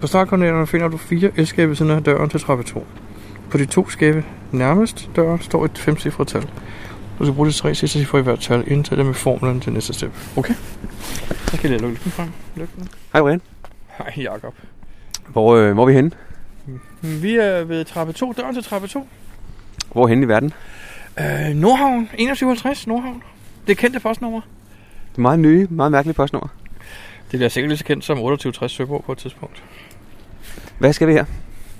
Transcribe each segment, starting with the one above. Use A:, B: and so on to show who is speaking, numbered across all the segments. A: På startkoordinaterne finder du fire elskabe ved siden af døren til trappe 2. På de to skabe nærmest døren står et femcifret tal. Du skal bruge de tre sidste cifre i hvert tal, indtil det med formlen til næste step. Okay? Så skal jeg lige lukke den frem. Lykke den.
B: Hej Brian.
A: Hej, Jacob.
B: Hvor, øh, hvor er vi henne?
A: Vi er ved trappe 2, døren til trappe 2.
B: Hvor henne i verden?
A: Øh, Nordhavn, 2150 Nordhavn. Det kendte postnummer.
B: Det er meget nye, meget mærkelige postnummer.
A: Det bliver sikkert lige så kendt som 2860 Søborg på et tidspunkt.
B: Hvad skal vi her?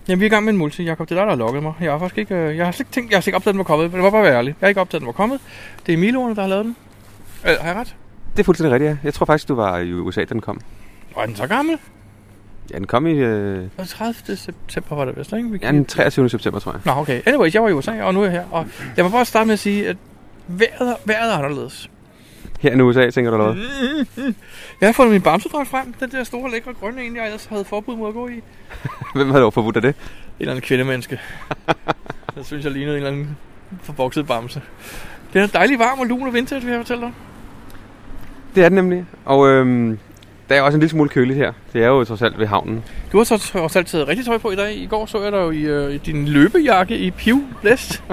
A: Jamen, vi er i gang med en multi, Jacob. Det er dig, der har lukket mig. Jeg har faktisk ikke, øh, jeg har slet ikke tænkt, jeg har slet ikke opdaget, den var kommet. Men det var bare at være ærlig. Jeg har ikke opdaget, den var kommet. Det er Miloerne, der har lavet den. Øh, har jeg ret?
B: Det er fuldstændig rigtigt, ja. Jeg tror faktisk, du var i USA, da den kom.
A: Og er den så gammel?
B: Ja, den kom i øh,
A: Den 30. september var det vist, ikke? Vi
B: ja, den 23. september, tror jeg.
A: Nå, okay. Anyways, jeg var i USA, og nu er jeg her. Og jeg må bare starte med at sige, at vejret, vejret er anderledes.
B: Her i USA, tænker du eller hvad?
A: Jeg har fundet min bamsedragt frem. Den der store, lækre grønne en, jeg ellers havde forbud mod at gå i. En
B: Hvem havde dog forbudt af det?
A: eller anden kvindemenneske. jeg synes, jeg lignede en eller anden forbokset bamse. Den er dejlig varm og lun og vinter, vil jeg fortælle dig.
B: Det er den nemlig. Og øhm, der er også en lille smule køligt her. Det er jo trods alt ved havnen.
A: Du har så trods alt taget rigtig tøj på i dag. I går så jeg dig jo i, øh, i din løbejakke i pivblæst.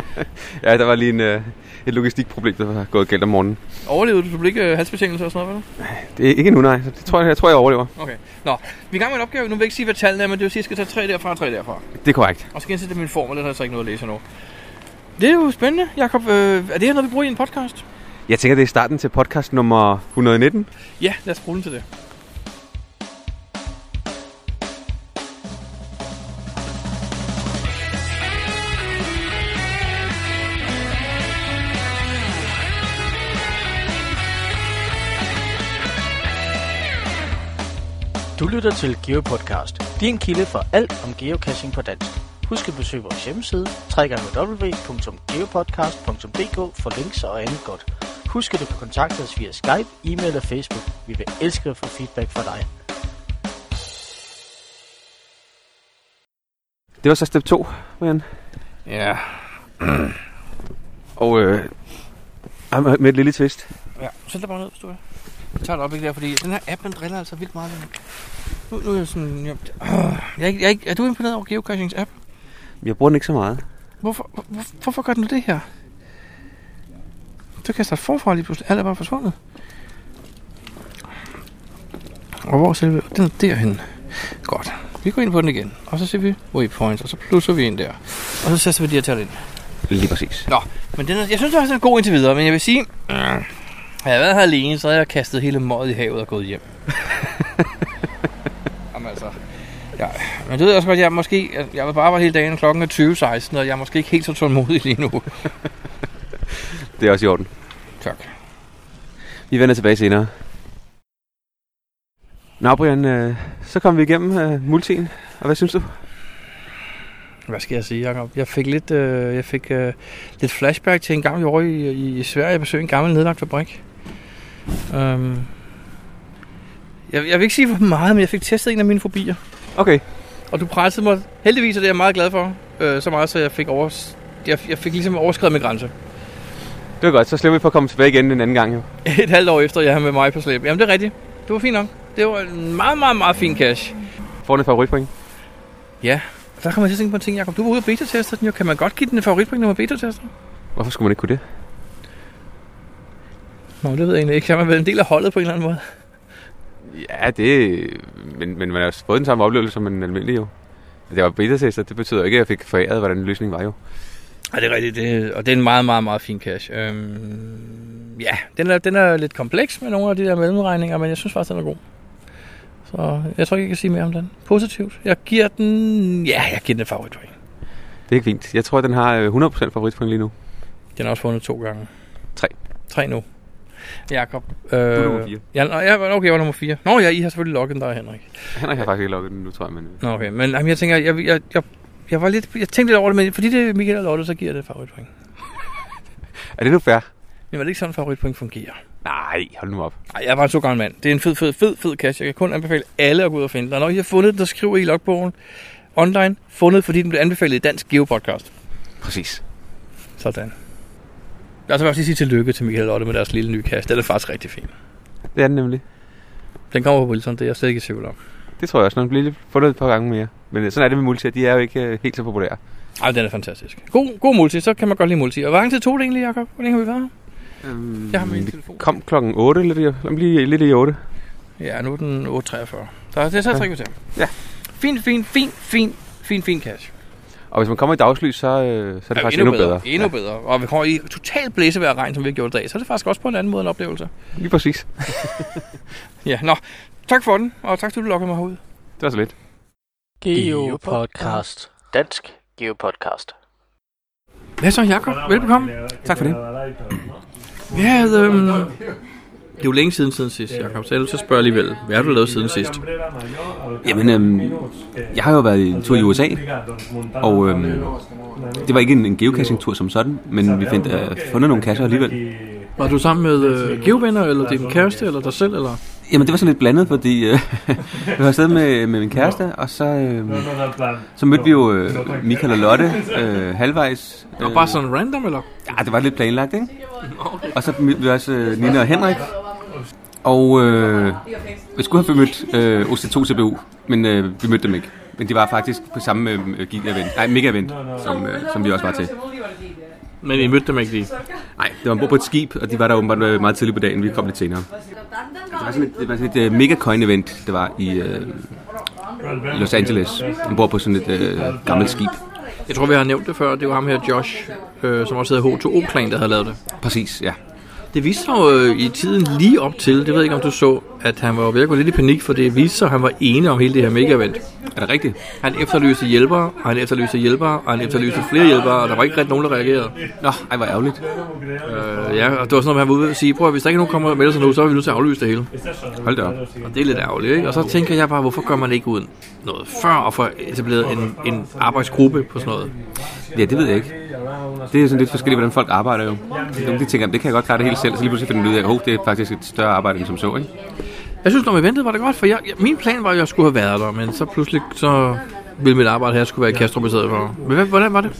B: Ja, der var lige en, øh, et logistikproblem, der var gået galt om morgenen.
A: Overlevede du? Du blev ikke øh, halsbetændelse og sådan noget, vel?
B: Det er ikke endnu, nej. Så det tror jeg, jeg tror, jeg overlever.
A: Okay. Nå, vi er i gang med en opgave. Nu vil jeg ikke sige, hvad tallene er, men det vil sige, at jeg skal tage tre derfra og tre derfra.
B: Det er korrekt.
A: Og så skal jeg indsætte min formel, den har jeg så ikke noget at læse nu. Det er jo spændende, Jakob. Øh, er det her noget, vi bruger i en podcast?
B: Jeg tænker, det er starten til podcast nummer 119.
A: Ja, lad os bruge den til det.
C: Du lytter til GeoPodcast, din kilde for alt om geocaching på dansk. Husk at besøge vores hjemmeside, www.geopodcast.dk for links og andet godt. Husk at du kan kontakte os via Skype, e-mail og Facebook. Vi vil elske at få feedback fra dig.
B: Det var så step 2, Brian.
A: Ja.
B: Og øh, ej, med med et lille twist.
A: ja. Sæt dig bare ned, hvis du vil. Jeg tager det op ikke der, fordi den her app, den driller altså vildt meget. Nu, nu er jeg sådan... Jeg, øh, jeg, er ikke- jeg, er ikke- er du imponeret over Geocachings app?
B: Jeg bruger den ikke så meget.
A: Hvorfor, hvor, hvor- hvorfor gør den nu det her? Du kan jeg starte forfra lige pludselig. Alt er bare forsvundet. Og hvor er selve? Den er derhen. Godt. Vi går ind på den igen. Og så ser vi waypoints, og så plusser vi ind der. Og så sætter vi de her tal ind.
B: Lige præcis.
A: Nå, men den er, jeg synes, det er god indtil videre, men jeg vil sige... Øh, havde jeg været her alene, så havde jeg kastet hele møget i havet og gået hjem. Jamen altså... Ja, men det ved jeg også godt, jeg er måske... Jeg, jeg vil bare arbejde hele dagen, klokken er 20.16, og jeg er måske ikke helt så tålmodig lige nu.
B: Det er også i orden.
A: Tak.
B: Vi vender tilbage senere. Nå, Brian, øh, så kom vi igennem øh, multien. Og hvad synes du?
A: Hvad skal jeg sige, Jacob? Jeg fik lidt, øh, jeg fik, øh, lidt flashback til en gammel år i, i, i Sverige. Jeg besøgte en gammel nedlagt fabrik. Um, jeg, jeg vil ikke sige for meget, men jeg fik testet en af mine fobier.
B: Okay.
A: Og du pressede mig. Heldigvis er det jeg meget glad for. Øh, så meget, så jeg fik, over, jeg, jeg fik ligesom overskrevet min grænse.
B: Det var godt. Så slipper vi for at komme tilbage igen en anden gang. Jo.
A: Et halvt år efter, jeg havde med mig på slæb. Jamen, det er rigtigt. Det var fint nok. Det var en meget, meget, meget fin cash.
B: Får en favoritpoint.
A: Der kommer jeg til at tænke på en ting, Jacob. Du var ude og beta-teste den jo. Kan man godt give den en favoritpoint, når man beta-tester?
B: Hvorfor skulle man ikke kunne det?
A: Nå, det ved jeg egentlig ikke. Kan man være en del af holdet på en eller anden måde?
B: Ja, det... Men, men man har også fået den samme oplevelse som en almindelig jo. Det var beta-tester. Det betyder ikke, at jeg fik foræret, hvordan løsningen var jo.
A: Ja, det er rigtigt. Det, og det er en meget, meget, meget fin cash. Øhm, ja, den er, den er lidt kompleks med nogle af de der mellemregninger, men jeg synes faktisk, den er god. Så jeg tror ikke, jeg kan sige mere om den. Positivt. Jeg giver den... Ja, jeg giver den en favoritpoint.
B: Det er ikke fint. Jeg tror, den har øh, 100% favoritpoint lige nu.
A: Den har også vundet to gange.
B: Tre.
A: Tre nu. Jakob. Øh,
B: er nummer fire.
A: Ja, nå, ja, okay, jeg var nummer fire. Nå, ja, I har selvfølgelig lukket dig, Henrik.
B: Henrik har faktisk ikke lukket den nu, tror jeg. Men... øh,
A: Nå, okay. Men jamen, jeg tænker, jeg, jeg, jeg, jeg, var lidt, jeg tænkte lidt over det, men fordi det er Michael og Lotte, så giver jeg det et favoritpoint.
B: Er det nu fair?
A: Men var det ikke sådan, favoritpoint fungerer?
B: Nej, hold nu op.
A: Nej, jeg var en så gammel mand. Det er en fed, fed, fed, fed kasse. Jeg kan kun anbefale alle at gå ud og finde den. Og når I har fundet den, så skriver I i logbogen online. Fundet, fordi den blev anbefalet i Dansk Geopodcast.
B: Præcis.
A: Sådan. Og så vil jeg også lige sige tillykke til Michael og Lotte med deres lille nye kasse. Den er faktisk rigtig fin.
B: Det er den nemlig.
A: Den kommer på Wilson, det er jeg slet ikke i tvivl om.
B: Det tror jeg også, når den bliver lidt- fundet et par gange mere. Men øh, sådan er det med multi, de er jo ikke øh, helt så populære.
A: Ej, den er fantastisk. God, god multi, så kan man godt lide multi. Og hvor lang tid tog det egentlig, Jacob? Hvor længe har vi været her?
B: Øhm,
A: Jeg har min telefon.
B: Kom klokken 8, lidt, i- om lige, lidt i 8.
A: Ja, nu er den 8.43. Der er det er så tre kvarter.
B: Ja.
A: Fint, fint, fint, fint, fint, fint cash.
B: Og hvis man kommer i dagslys, så, øh, så er det ja, faktisk endnu bedre.
A: Endnu bedre. Og vi kommer i totalt blæsevejr og regn, som vi har gjort i dag, så er det faktisk også på en anden måde en oplevelse.
B: Ja, lige præcis.
A: Ja, nå. Tak for den, og tak fordi du lokkede mig herud.
B: Det var så lidt.
C: Geo Podcast. Dansk Geo Podcast.
A: Hvad så, Jacob? Velbekomme.
B: Tak for det.
A: Ja, øhm, det er jo længe siden siden sidst, Jacob. Så jeg er nødt til at spørge alligevel. Hvad har du lavet siden sidst?
B: Jamen, øhm, jeg har jo været en tur i USA, og øhm, det var ikke en, en geocaching-tur som sådan, men vi fandt, øh, fundet nogle kasser alligevel.
A: Var du sammen med øh, geovenner, eller din kæreste, eller dig selv? Eller?
B: Jamen, det var sådan lidt blandet, fordi øh, jeg var afsted med, med min kæreste, og så, øh, så mødte vi jo øh, Michael og Lotte øh, halvvejs.
A: Og bare sådan random, eller?
B: Ja, Ah, det var lidt planlagt, ikke? Og så mødte vi også øh, Nina og Henrik. Og øh, vi skulle have mødt øh, OC2 TBU, men øh, vi mødte dem ikke. Men de var faktisk på samme øh, gig-event, nej, mega-event, som, øh, som vi også var til.
A: Men I mødte dem ikke lige.
B: Nej, det var ombord på et skib, og de var der åbenbart øh, meget tidligt på dagen, vi kom lidt senere. Det var sådan et, det var sådan et øh, mega-coin-event, det var i øh, i Los Angeles, ombord på sådan et øh, gammelt skib.
A: Jeg tror, vi har nævnt det før. Det var ham her, Josh, øh, som også hedder H2O-plan, der havde lavet det.
B: Præcis, ja.
A: Det viste sig jo øh, i tiden lige op til, det ved jeg ikke, om du så, at han var ved at gå lidt i panik, for det viste sig, at han var ene om hele det her mega-event.
B: Er det rigtigt?
A: Han efterlyste hjælpere, og han efterlyste hjælpere, og han efterlyste flere hjælpere, og der var ikke rigtig nogen, der reagerede.
B: Nå, ej, hvor ærgerligt.
A: Øh, ja, og det var sådan noget, man var ude at sige, prøv at hvis der ikke er nogen, der kommer og melder sig nu, så er vi nødt til at aflyse det hele.
B: Hold da op.
A: Og det er lidt ærgerligt, ikke? Og så tænker jeg bare, hvorfor gør man ikke uden noget før og får etableret en, en arbejdsgruppe på sådan noget?
B: Ja, det ved jeg ikke. Det er sådan lidt forskelligt, hvordan folk arbejder jo. Nogle de tænker, "Jamen, det kan jeg godt klare det helt selv, så lige pludselig finder man ud af, at oh, det er faktisk et større arbejde end som så, ikke?
A: Jeg synes, når vi ventede, var det godt, for jeg, jeg, min plan var, at jeg skulle have været der, men så pludselig så ville mit arbejde her skulle være i Kastrup i stedet for. Men hvad, hvordan var det?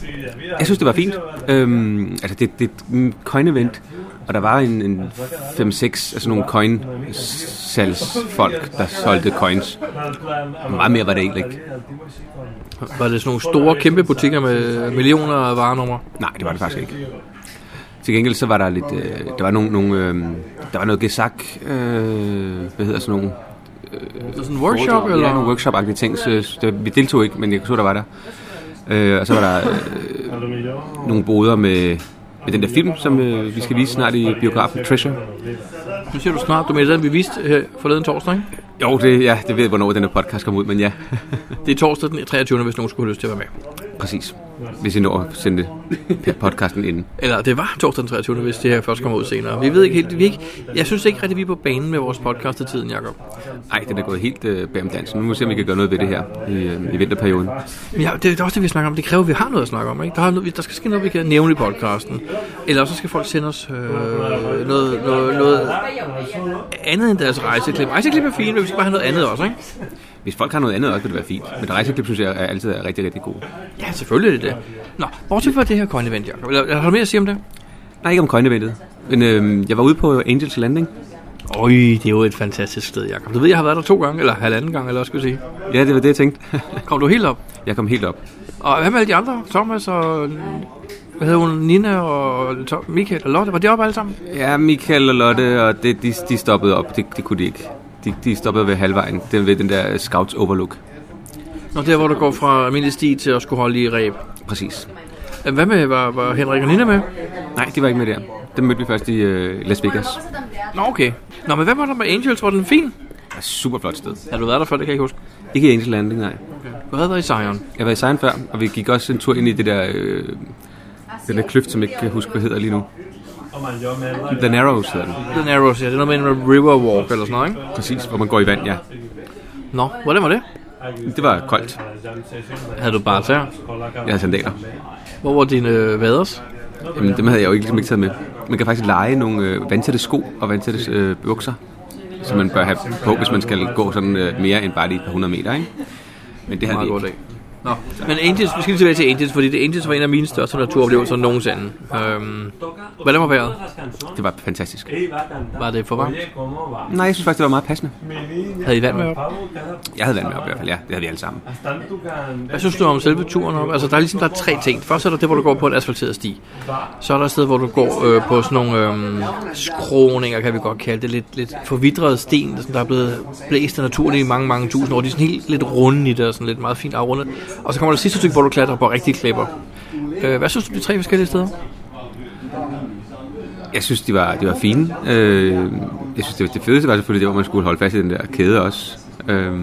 B: Jeg synes, det var fint. Øhm, altså, det, det er et coin-event, og der var en, en 5-6 af sådan nogle coin-salgsfolk, der solgte coins. Og meget mere var det egentlig ikke.
A: Var det sådan nogle store, kæmpe butikker med millioner af varenumre?
B: Nej, det var det faktisk ikke. Til gengæld så var der lidt, øh, der var nogle, nogle øh, der var noget gesak, øh, hvad hedder sådan nogle,
A: Det var sådan en workshop,
B: Ja, nogle
A: eller?
B: workshop-agtige ting. Så det, vi deltog ikke, men jeg kunne så, der var der. Øh, og så var der øh, nogle boder med, med den der film, som øh, vi skal vise snart i biografen Treasure.
A: Nu siger du snart, du mener den, vi viste her forleden torsdag, ikke?
B: Jo, det, ja, det ved jeg, hvornår den her podcast kommer ud, men ja,
A: Det er torsdag den 23. hvis nogen skulle have lyst til at være med.
B: præcis. Hvis I når at sende podcasten inden.
A: Eller det var torsdag den 23. hvis det her først kommer ud senere. Vi ved ikke helt, vi er ikke, jeg synes ikke rigtig, vi er på banen med vores podcast til tiden, Jacob.
B: Ej, den er gået helt øh, bag om dansen. Nu må vi se, om vi kan gøre noget ved det her i, øh, i vinterperioden.
A: Men ja, det er også det, vi snakker om. Det kræver, at vi har noget at snakke om. Ikke? Der, har noget, der skal ske noget, vi kan nævne i podcasten. Eller så skal folk sende os øh, noget, noget, noget, andet end deres rejseklip. Rejseklip er fint, men vi skal bare have noget andet også, ikke?
B: Hvis folk har noget andet også, vil det være fint. Men rejseklip, synes jeg, er altid er rigtig, rigtig gode.
A: Ja, selvfølgelig er det det. Nå, bortset fra det her coin event, Jacob. Eller, har du mere at sige om det?
B: Nej, ikke om coin-eventet. Men øh, jeg var ude på Angels Landing.
A: Øj, det er jo et fantastisk sted, Jacob. Du ved, jeg har været der to gange, eller halvanden gang, eller hvad skal vi sige.
B: Ja, det var det, jeg tænkte.
A: Kom du helt op?
B: Jeg kom helt op.
A: Og hvad med alle de andre? Thomas og... Hvad hedder hun? Nina og Tom, Michael og Lotte. Var de oppe alle sammen?
B: Ja, Michael og Lotte, og det, de, de stoppede op. Det, det kunne de ikke. De, de stoppede ved halvvejen, den, ved den der Scouts Overlook.
A: Nå, der hvor du går fra almindelig sti til at skulle holde i ræb.
B: Præcis.
A: Hvad med, var, var Henrik og Nina med?
B: Nej, de var ikke med der. Dem mødte vi først i øh, Las Vegas.
A: Nå, okay. Nå, men hvad var der med Angels? Var den fin?
B: Ja, super flot sted.
A: Har du været der før? Det kan jeg ikke huske.
B: Ikke i Angel Landing, nej.
A: Du havde været i Zion.
B: Jeg var i Sejren før, og vi gik også en tur ind i det der... Øh, den der kløft, som jeg ikke kan huske, hvad hedder lige nu. The Narrows hedder den.
A: Den Arrows, ja. Det er noget med en river walk eller sådan noget, ikke?
B: Præcis, hvor man går i vand, ja.
A: Nå, hvordan var det?
B: Det var koldt.
A: Havde du bare tær?
B: Jeg havde sandaler.
A: Hvor var dine øh, vaders?
B: Jamen, dem havde jeg jo ikke, ligesom ikke taget med. Man kan faktisk lege nogle øh, vandtætte sko og vandtætte øh, bukser, som man bør have på, hvis man skal gå sådan øh, mere end bare lige et par hundrede meter, ikke? Men det havde
A: Meget
B: de
A: god
B: ikke.
A: dag.
B: Nå.
A: Men Angels, vi skal lige tilbage til Angels, fordi det Angels var en af mine største naturoplevelser nogensinde. Øhm, hvordan var vejret?
B: Det var fantastisk.
A: Var det for varmt?
B: Nej, jeg synes faktisk, det var meget passende.
A: Havde I vand med op?
B: Jeg havde vand med op i hvert fald, ja. Det havde vi alle sammen.
A: Hvad synes du om selve turen op? Altså, der er ligesom der er tre ting. Først er der det, hvor du går på en asfalteret sti. Så er der et sted, hvor du går øh, på sådan nogle øh, skråninger, kan vi godt kalde det. Lidt, lidt forvidrede sten, der, sådan, der er blevet blæst af naturen i mange, mange tusind år. De er sådan helt lidt runde i det, og sådan lidt meget fint afrundet. Og så kommer der sidste stykke, hvor du klatrer på rigtige klipper. Øh, hvad synes du om de tre forskellige steder?
B: Jeg synes, de var, de var fine. Øh, jeg synes, det, var- det fedeste var selvfølgelig det, hvor man skulle holde fast i den der kæde også. Øh,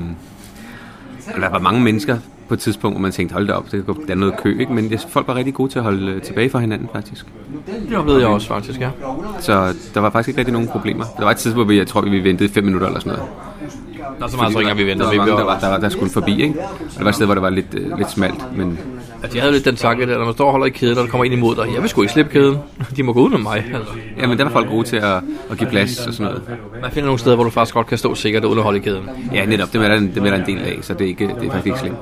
B: og der var mange mennesker på et tidspunkt, hvor man tænkte, hold da op, det kan gå- der er noget kø, ikke? Men jeg, folk var rigtig gode til at holde øh, tilbage fra hinanden, faktisk.
A: Det oplevede jeg også faktisk, ja.
B: Så der var faktisk ikke rigtig nogen problemer. Der var et tidspunkt, hvor vi, jeg tror, vi ventede 5 minutter eller sådan noget.
A: Nå, så meget så
B: Fordi
A: ikke, vi venter.
B: Der
A: Vi
B: var, mange, der,
A: blev,
B: var, der, var, der skulle forbi, ikke? Og der var et sted, hvor der var lidt, øh, lidt smalt, men
A: at Altså, jeg havde lidt den tanke der, når man står og holder i kæden, og der kommer en imod dig. Jeg vil sgu ikke slippe kæden. De må gå udenom mig. Altså.
B: ja, men der var folk gode til at, at give plads og sådan noget.
A: Man finder nogle steder, hvor du faktisk godt kan stå sikkert uden at holde i kæden.
B: Ja, netop. Det er der, en- dem er der en del af, så det er, ikke, det er faktisk ikke slemt.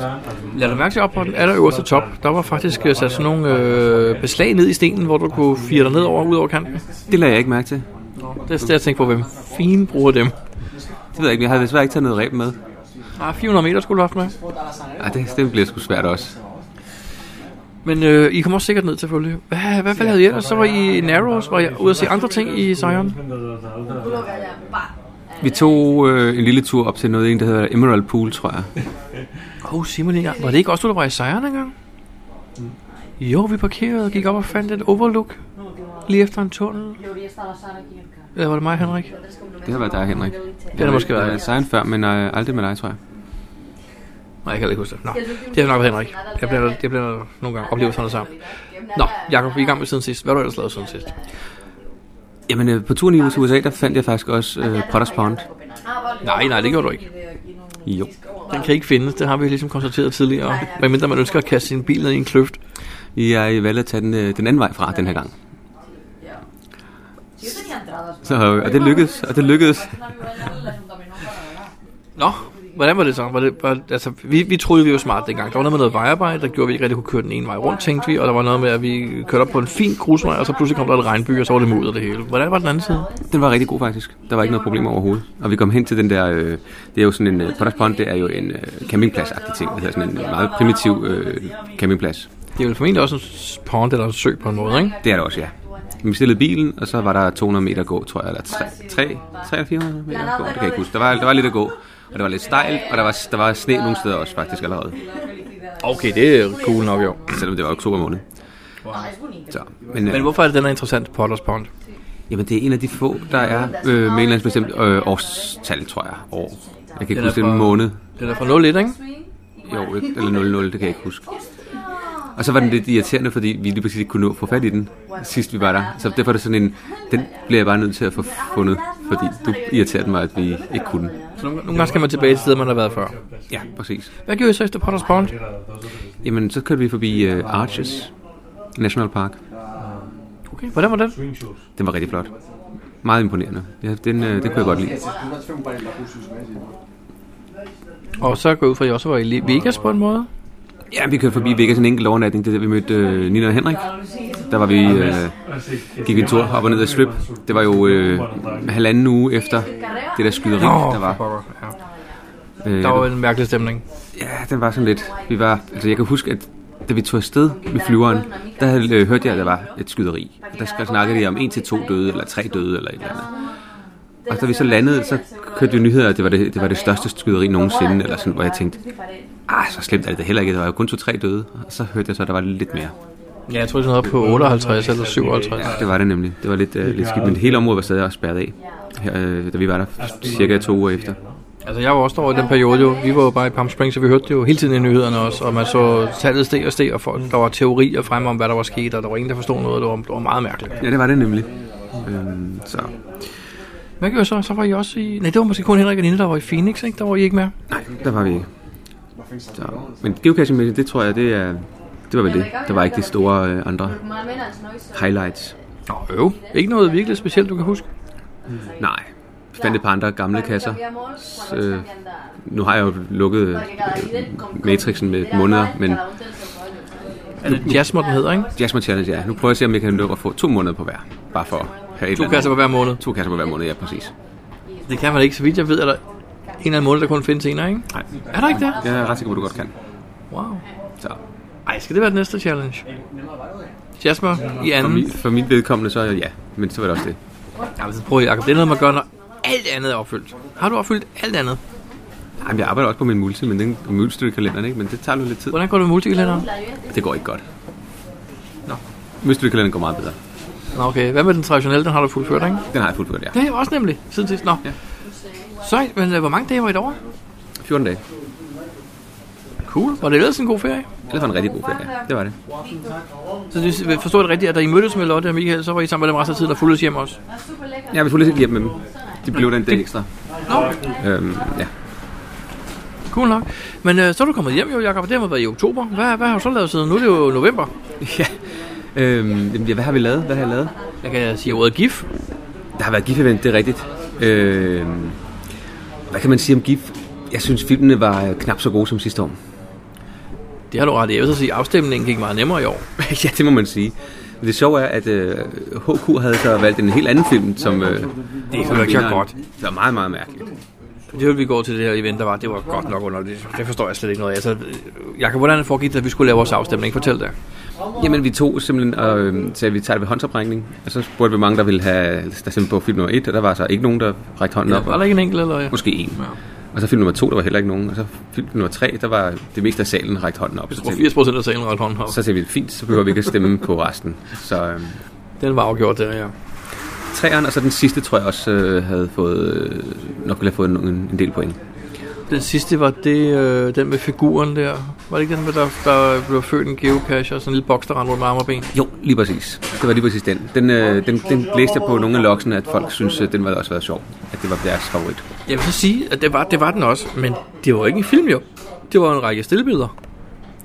A: Lad dig mærke til op på den allerøverste top. Der var faktisk øh, sat sådan nogle øh, beslag ned i stenen, hvor du kunne fire dig ned over, ud over kanten.
B: Det lader jeg ikke mærke til.
A: Det er det, jeg tænkte på, hvem fint bruger dem.
B: Det ved jeg ikke, men jeg havde desværre ikke taget noget ræb med.
A: Ah, 400 meter skulle du have haft med.
B: Ej, det, det bliver sgu svært også.
A: Men øh, I kom også sikkert ned selvfølgelig. Hvad, hvad, hvad havde I ellers? Så var I i Narrows, var I ude at se andre ting i Zion?
B: Vi tog øh, en lille tur op til noget, en, der hedder Emerald Pool, tror jeg.
A: Åh, oh, sig mig lige engang. Var det ikke også du, der var i Zion engang? Jo, vi parkerede og gik op og fandt et overlook lige efter en tunnel. Eller var det mig, Henrik?
B: Det har været dig, Henrik.
A: Det har det måske været.
B: Jeg sejren før, men øh, aldrig med dig, tror jeg.
A: Nej, jeg kan ikke huske det. Nå, det har nok været Henrik. Jeg bliver, jeg bliver nogle gange oplevet sådan sammen. Nå, Jacob, vi er i gang med siden sidst. Hvad har du ellers lavet siden sidst?
B: Jamen, øh, på turen i USA, der fandt jeg faktisk også øh, Potter's Pond.
A: Nej, nej, det gjorde du ikke.
B: Jo.
A: Den kan ikke findes, det har vi ligesom konstateret tidligere. Medmindre man ønsker at kaste sin bil ned i en kløft.
B: Jeg valgte at tage den, øh, den anden vej fra den her gang. Så, øh, og det lykkedes, og det lykkedes.
A: Nå, hvordan var det så? Var det, var, altså, vi, vi troede, vi var smart dengang. Der var noget med noget vejarbejde, der gjorde, at vi ikke rigtig kunne køre den ene vej rundt, tænkte vi. Og der var noget med, at vi kørte op på en fin grusvej, og så pludselig kom der et regnby, og så var det mudder det hele. Hvordan var den anden side?
B: Den var rigtig god faktisk. Der var ikke noget problem overhovedet. Og vi kom hen til den der, øh, det er jo sådan en, øh, Potter's Pond, det er jo en øh, campingplads-agtig ting. Det hedder sådan en øh, meget primitiv øh, campingplads.
A: Det er vel formentlig også en s- pond eller en sø på en måde, ikke?
B: Det er det også, ja. Vi bestillede bilen, og så var der 200 meter gå, tror jeg, eller 3, 3, 3 eller 400 meter gå, det kan jeg ikke huske. Der var, der var lidt at gå, og det var lidt stejlt, og der var, der var sne nogle steder også faktisk allerede,
A: Okay, det er cool nok jo.
B: selvom det var oktober måned. Så, men,
A: Men
B: øh,
A: hvorfor er det, den er interessant, Potters Pond?
B: jamen, det er en af de få, der er øh, med en eller anden bestemt øh, årstal, tror jeg, år. Jeg kan ikke huske det er en måned.
A: Den er fra 0 ikke?
B: Jo, et- eller 00, det kan jeg ikke huske. Og så var den lidt irriterende, fordi vi lige præcis ikke kunne nå at få fat i den, sidst vi var der. Så derfor er det sådan en, den bliver jeg bare nødt til at få fundet, fordi du irriterede mig, at vi ikke kunne.
A: Så nogle, nogle gange skal man tilbage til steder, man har været før.
B: Ja, præcis.
A: Hvad gjorde I så efter Potters Pond?
B: Jamen, så kørte vi forbi uh, Arches National Park.
A: Okay, hvordan var den?
B: Den var rigtig flot. Meget imponerende. Ja, den, uh, det kunne jeg godt lide.
A: Og så går jeg ud fra, at I også var i Le- Vegas på en måde.
B: Ja, vi kørte forbi Vegas en enkelt overnatning. Det er der, vi mødte uh, Nina og Henrik. Der var vi, uh, gik vi en tur op og ned ad Strip. Det var jo uh, halvanden uge efter det der skyderi, der var.
A: Ja.
B: Øh,
A: Der var en mærkelig stemning.
B: Ja, den var sådan lidt. Vi var, altså jeg kan huske, at da vi tog afsted med flyveren, der havde, øh, hørte jeg, at der var et skyderi. Og der sk- snakkede de om en til to døde, eller tre døde, eller et eller andet. Og da vi så landede, så kørte de nyheder, at det var det, det, var det største skyderi nogensinde, eller sådan, hvor jeg tænkte, ah, så slemt er det da heller ikke, der var jo kun to-tre døde. Og så hørte jeg så, at der var lidt mere.
A: Ja, jeg tror, det er noget på 58 eller 57.
B: Ja, det var det nemlig. Det var lidt, øh, lidt skidt, men hele området var stadig også spærret af, her, øh, da vi var der cirka to uger efter.
A: Altså, jeg var også over i den periode jo. Vi var jo bare i Palm Springs, så vi hørte det jo hele tiden i nyhederne også. Og man så tallet steg og steg, og folk, der var teorier frem om, hvad der var sket, og der var ingen, der forstod noget. Det var, det var meget mærkeligt.
B: Ja, det var det nemlig. Øhm, så
A: Hvad gjorde I så? Så var I også i... Nej, det var måske kun Henrik og Nina, der var i Phoenix, ikke? Der var I ikke mere.
B: Nej, der var vi ikke. Så, men geocaching med det, det tror jeg, det er... Det var vel det. Der var ikke de store øh, andre highlights.
A: Nå, øv. Ikke noget virkelig specielt, du kan huske.
B: Nej. fandt et par andre gamle kasser. Øh, nu har jeg jo lukket øh, Matrixen med måneder, men
A: Er det Jasmod, den hedder, ikke?
B: Jasmine Challenge, ja. Nu prøver jeg at se, om jeg kan nå at få to måneder på hver. Bare for at have et
A: To
B: eller
A: kasser på hver altså måned.
B: andet. to kasser på hver måned, ja, præcis.
A: Det kan man ikke, så vidt jeg ved, er der en eller anden måned, der kun findes en, ikke?
B: Nej,
A: Er der ikke det?
B: jeg er ret sikker på, at du godt kan.
A: Wow.
B: Så
A: Ej, skal det være den næste challenge? Jasper, i
B: for,
A: anden.
B: mi, for mit vedkommende, så ja. Men så var det også det.
A: Jamen, så prøv Jacob. Det er noget, man gør, når alt andet er opfyldt. Har du opfyldt alt andet?
B: Jamen, jeg arbejder også på min multi, men den multikalenderen, ikke? Men det tager jo lidt tid.
A: Hvordan går det med multikalenderen?
B: Det går ikke godt. Nå. Multikalenderen går meget bedre.
A: Nå, okay. Hvad med den traditionelle? Den har du fuldført, ikke?
B: Den har jeg fuldt ja.
A: Det har jeg også nemlig, siden sidst. Nå.
B: Ja.
A: Sejt, men øh, hvor mange dage var I derovre?
B: 14 dage.
A: Cool. Var det ellers en god ferie?
B: Det var en rigtig god ferie. Det var det.
A: Så hvis jeg forstår det rigtigt, at da I mødtes med Lotte og Michael, så var I sammen med dem resten af tiden og fuldes hjem også.
B: Ja, vi fulgte helt hjem med dem. De blev den dag ekstra.
A: Nå,
B: Øhm, ja.
A: cool nok. Men øh, så er du kommet hjem jo, Jacob, og det har været i oktober. Hvad, hvad har du så lavet siden? Nu er det jo november.
B: ja. Øhm, jamen, ja, hvad har vi lavet? Hvad har jeg lavet?
A: Jeg kan sige ordet gif.
B: Der har været GIF-event, det er rigtigt. Øhm, hvad kan man sige om GIF? Jeg synes, filmene var øh, knap så gode som sidste år.
A: Det har du ret i. Jeg vil så sige, at afstemningen gik meget nemmere i år.
B: ja, det må man sige. Men det sjove er, at øh, HQ havde så valgt en helt anden film, som... Øh, det
A: så godt.
B: Det var meget, meget mærkeligt.
A: Det hørte vi går til det her event, der var. Det var godt nok underligt. Det forstår jeg slet ikke noget af. Så, øh, Jacob, hvordan foregik det, at vi skulle lave vores afstemning? Fortæl det.
B: Jamen, vi tog simpelthen og øh, sagde, at vi tager det ved håndsoprækning. Og så spurgte vi hvor mange, der ville have... Der stemte på film nummer et, og der var så ikke nogen, der rækte hånden
A: Nå,
B: op.
A: var der ikke en enkelt, eller? Ja.
B: Måske en.
A: Ja.
B: Og så film nummer to, der var heller ikke nogen. Og så film nummer tre, der var det meste af salen rækte hånden op. Så
A: Og
B: tænkte, vi,
A: 80 procent af salen ret hånden op.
B: så tænkte vi, fint, så behøver vi ikke at stemme på resten. Så øh,
A: Den var afgjort der, ja.
B: træeren, og så den sidste, tror jeg også øh, havde fået, øh, nok ville have fået en, en del point.
A: Den sidste var det, øh, den med figuren der. Var det ikke den med, der, der blev født en geocache og sådan en lille boks, der rendte rundt med arme og ben?
B: Jo, lige præcis. Det var lige præcis den. Den, øh, den, den læste jeg på nogle af loksene, at folk synes, at den var også været sjov. At det var deres favorit.
A: Jeg vil så sige, at det var, det var den også, men det var ikke en film jo. Det var en række stillbilleder.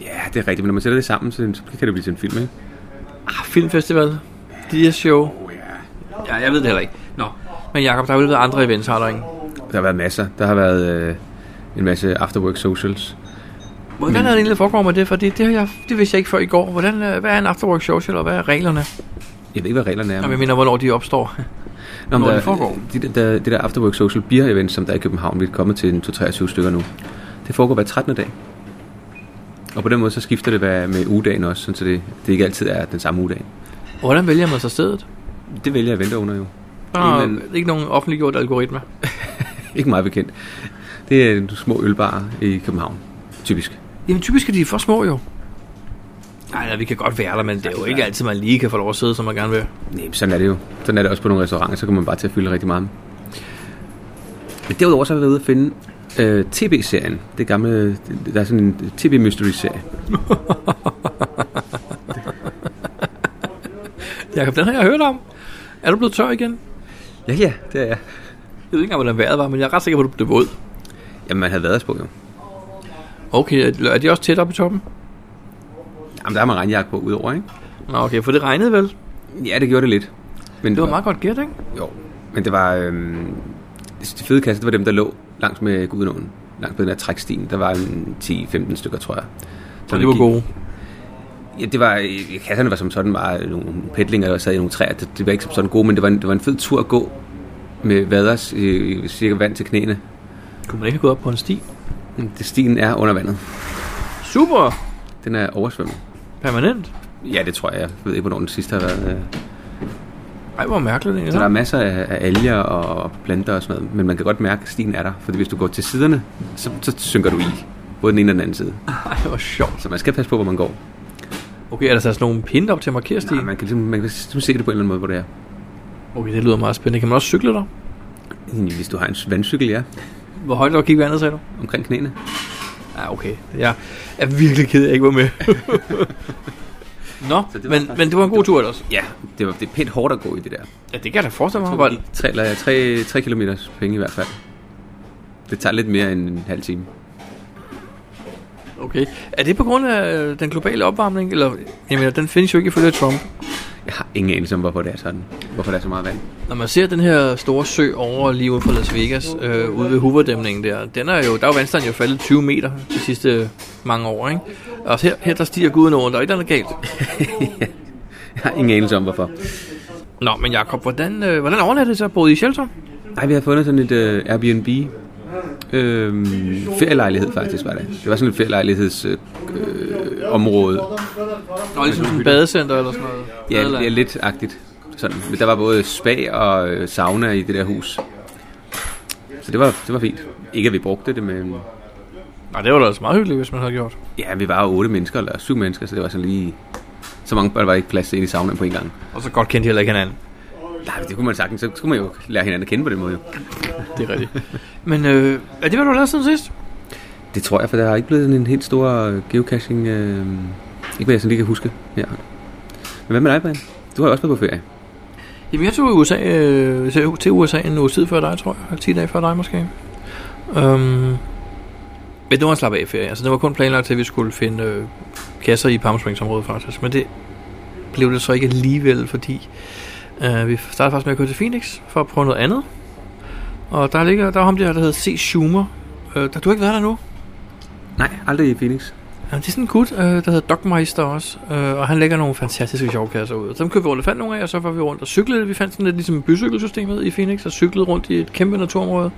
B: Ja, det er rigtigt, men når man sætter det sammen, så, så kan det blive til en film, ikke?
A: Ah, filmfestival. Dia show. Ja, jeg ved det heller ikke. Nå. Men Jacob, der har vel været andre events, har der ikke?
B: Der har været masser. Der har været øh, en masse afterwork socials.
A: Hvordan er det egentlig der foregår med det? For det, det, har jeg, det vidste jeg ikke før i går. Hvordan, øh, hvad er en afterwork social, og hvad er reglerne?
B: Jeg ved ikke, hvad reglerne er.
A: Jamen, jeg mener, hvornår de opstår.
B: Nå, men
A: Når
B: der,
A: det foregår?
B: Det, det der, det der Afterwork Social Beer Event, som der er i København, vi er kommet til en 23 stykker nu. Det foregår hver 13. dag. Og på den måde så skifter det hver, med ugedagen også, sådan så det, det ikke altid er den samme ugedag.
A: Og hvordan vælger man så stedet?
B: Det vælger jeg at vente under jo.
A: Der er
B: Jamen-
A: ikke nogen offentliggjort algoritme.
B: Ikke meget bekendt. Det er en små ølbarer i København, typisk.
A: Jamen typisk er de for små jo. Nej, nej, vi kan godt være der, men det er jo ikke altid, man lige kan få lov at sidde, som man gerne vil.
B: Nej, men sådan er det jo. Sådan er det også på nogle restauranter, så kommer man bare til at fylde rigtig meget. Men derudover så har jeg været ude at finde øh, TB-serien. Det gamle, der er sådan en TB-mystery-serie.
A: Jakob, den har jeg hørt om. Er du blevet tør igen?
B: Ja, ja, det er jeg.
A: Jeg ved ikke engang, hvordan vejret var, men jeg er ret sikker på, at du blev våd.
B: Jamen, man havde været på jo.
A: Okay, er- er de også tæt oppe i toppen?
B: Jamen, der har man regnjakke på udover, ikke?
A: Nå, okay, for det regnede vel?
B: Ja, det gjorde det lidt. Men
A: Det var meget godt gæt, ikke?
B: Jo, men det var... Øhm, de fede kasser, det var dem, der lå langs med Gudenåen. Langs med den her trækstien. Der var en 10-15 stykker, tror jeg.
A: Så det var
B: gik-
A: gode.
B: Ja, det var, øh, kasserne var som sådan bare nogle pedlinger, der sad i nogle træer. Det, det var ikke som sådan gode, men det var, en, det var en fed tur at gå med vaders øh, cirka vand til knæene.
A: Kunne man ikke have gået op på en sti?
B: Det, stien er under vandet.
A: Super!
B: Den er oversvømmet.
A: Permanent.
B: Ja, det tror jeg. Jeg ved ikke, hvornår den sidste har været. Øh.
A: Ej, hvor mærkeligt det
B: Så der er
A: er.
B: masser af, af alger og, og planter og sådan noget, men man kan godt mærke, at stien er der, fordi hvis du går til siderne, så, så synker du i, både den ene og den anden side.
A: Ej, hvor sjovt.
B: Så man skal passe på, hvor man går.
A: Okay, er der så sådan nogle pinde op til at markere
B: Nej,
A: stien?
B: man kan, ligesom, man kan ligesom se det på en eller anden måde, hvor det er.
A: Okay, det lyder meget spændende. Kan man også cykle der?
B: Hvis du har en vandcykel, ja,
A: Hvor højt var kigge vandet, sagde du?
B: omkring knæene.
A: Ja, Ah, okay. Jeg er virkelig ked af, at jeg ikke var med. Nå,
B: Så det var
A: men,
B: faktisk-
A: men det var en god tur ellers.
B: Ja, det, var, det er pænt hårdt at gå i det der.
A: Ja, det kan jeg da forestille mig.
B: Så
A: Var,
B: vi gik tre, eller, tre, tre kilometers penge i hvert fald. Det tager lidt mere end en halv time.
A: okay. Er det på grund af øh, den globale opvarmning? Eller, jeg mener, den findes jo ikke ifølge Trump.
B: Jeg har ingen anelse om, hvorfor det er sådan. Hvorfor der er så meget vand.
A: Når man ser den her store sø over lige ude for Las Vegas, øh, ude ved Hooverdæmningen der, den er jo, der er jo vandstanden jo faldet 20 meter de sidste mange år, ikke? Og her, her der stiger guden over, der er ikke noget galt.
B: Jeg har ingen anelse om, hvorfor.
A: Nå, men Jakob, hvordan, øh, hvordan overnattede I så? Boede I i shelter?
B: Nej, vi havde fundet sådan et øh, Airbnb. Øhm, ferielejlighed faktisk var det. Det var sådan et ferielejlighedsområde. Øh, område.
A: Nå, ligesom sådan et badecenter eller sådan noget?
B: ja,
A: Badeland.
B: det er lidt agtigt. Sådan. Men der var både spa og øh, sauna i det der hus. Så det var, det var fint. Ikke at vi brugte det, men
A: Nej, det var da altså meget hyggeligt, hvis man havde gjort.
B: ja, vi var jo otte mennesker eller syv mennesker, så det var sådan lige... Så mange børn var ikke plads til ind i saunaen på en gang.
A: Og så godt kendte de heller ikke hinanden.
B: Nej, det kunne man sagtens. Så skulle man jo lære hinanden at kende på den måde. Jo.
A: Det er rigtigt. men øh, er det, hvad du har lavet siden sidst?
B: Det tror jeg, for der har ikke blevet sådan en helt stor øh, geocaching... Øh, ikke hvad jeg sådan lige kan huske. Ja. Men hvad med dig, Brian? Du har jo også været på ferie.
A: Jamen, jeg tog i USA, øh, til- til USA en uge tid før dig, tror jeg. 10 dage før dig måske. Øhm, men det var en slap af ferie. Altså, det var kun planlagt til, at vi skulle finde øh, kasser i Palm Springs-området faktisk. Men det blev det så ikke alligevel, fordi øh, vi startede faktisk med at køre til Phoenix for at prøve noget andet. Og der ligger, der var ham der, der hedder C. Schumer. Øh, der, du har ikke været der nu?
B: Nej, aldrig i Phoenix.
A: Ja, det er sådan en gut, øh, der hedder Dogmeister også, øh, og han lægger nogle fantastiske sjovkasser ud. Så dem købte vi rundt og fandt nogle af, og så var vi rundt og cyklede. lidt. Vi fandt sådan lidt ligesom bycykelsystemet i Phoenix, og cyklede rundt i et kæmpe naturområde.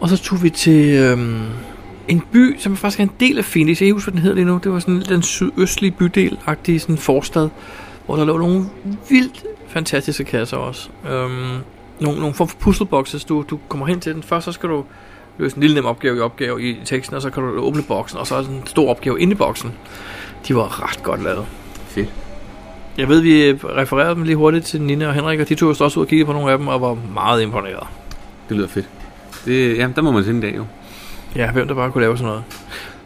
A: Og så tog vi til øh, en by, som faktisk er en del af Phoenix. Jeg kan ikke huske, hvad den hedder lige nu. Det var sådan den sydøstlige bydel agtig sådan en forstad, hvor der lå nogle vildt fantastiske kasser også. Øh, nogle, nogle form for puzzleboxes. Du, du kommer hen til den. Først så skal du løse en lille nem opgave i opgave i teksten, og så kan du åbne boksen, og så er der en stor opgave inde i boksen. De var ret godt lavet.
B: Fedt.
A: Jeg ved, vi øh, refererede dem lige hurtigt til Nina og Henrik, og de tog os også ud og kiggede på nogle af dem, og var meget imponeret.
B: Det lyder fedt. Det, ja, der må man sende en dag jo.
A: Ja, hvem der bare kunne lave sådan noget.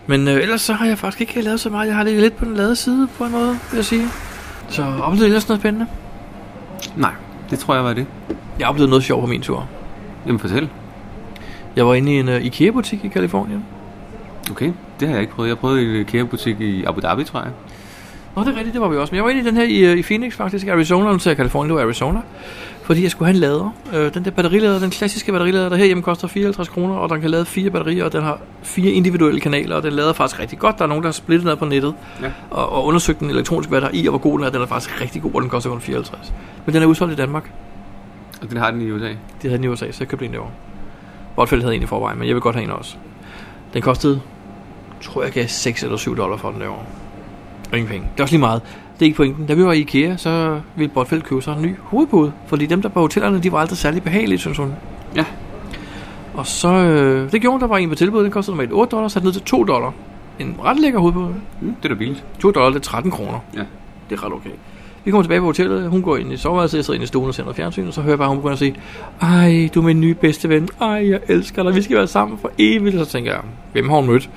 A: Men øh, ellers så har jeg faktisk ikke lavet så meget. Jeg har ligget lidt på den lade side, på en måde, vil jeg sige. Så oplevede jeg ellers noget spændende?
B: Nej, det tror jeg var det.
A: Jeg oplevede noget sjovt på min tur.
B: Jamen fortæl.
A: Jeg var inde i en øh, IKEA-butik i Kalifornien.
B: Okay, det har jeg ikke prøvet. Jeg prøvede en IKEA-butik i Abu Dhabi, tror jeg.
A: Nå, det er rigtigt, det var vi også. Men jeg var inde i den her i, øh, i Phoenix faktisk, Arizona, nu tager Kalifornien, det var Arizona. Fordi jeg skulle have en lader. Øh, den der batterilader, den klassiske batterilader, der herhjemme koster 54 kroner, og den kan lade fire batterier, og den har fire individuelle kanaler, og den lader faktisk rigtig godt. Der er nogen, der har splittet den ad på nettet
B: Ja.
A: og, og undersøgt den elektroniske batterie i, og hvor god den er. Den er faktisk rigtig god, og den koster kun 54. Men den er udsolgt i Danmark.
B: Og den har den i USA.
A: Det havde den i USA, så jeg købte en derovre. Rotfeldt havde en i forvejen, men jeg vil godt have en også. Den kostede, tror jeg, jeg gav 6 eller 7 dollar for den derovre. Og ingen penge. Det er også lige meget. Det er ikke pointen. Da vi var i IKEA, så ville Botfeldt købe sig en ny hovedpude. Fordi dem, der på hotellerne, de var aldrig særlig behagelige, synes hun.
B: Ja.
A: Og så, øh, det gjorde hun, der var en på tilbud. Den kostede normalt 8 dollar, så den ned til 2 dollar. En ret lækker hovedpude.
B: Mm, det er da billigt.
A: 2 dollar, det er 13 kroner.
B: Ja.
A: Det er ret okay. Vi kommer tilbage på hotellet, hun går ind i soveværelset, jeg sidder inde i stuen og ser noget fjernsyn, og så hører jeg bare, hun begynder at sige, ej, du er min nye bedste ven, ej, jeg elsker dig, vi skal være sammen for evigt. Så tænker jeg, hvem har hun mødt?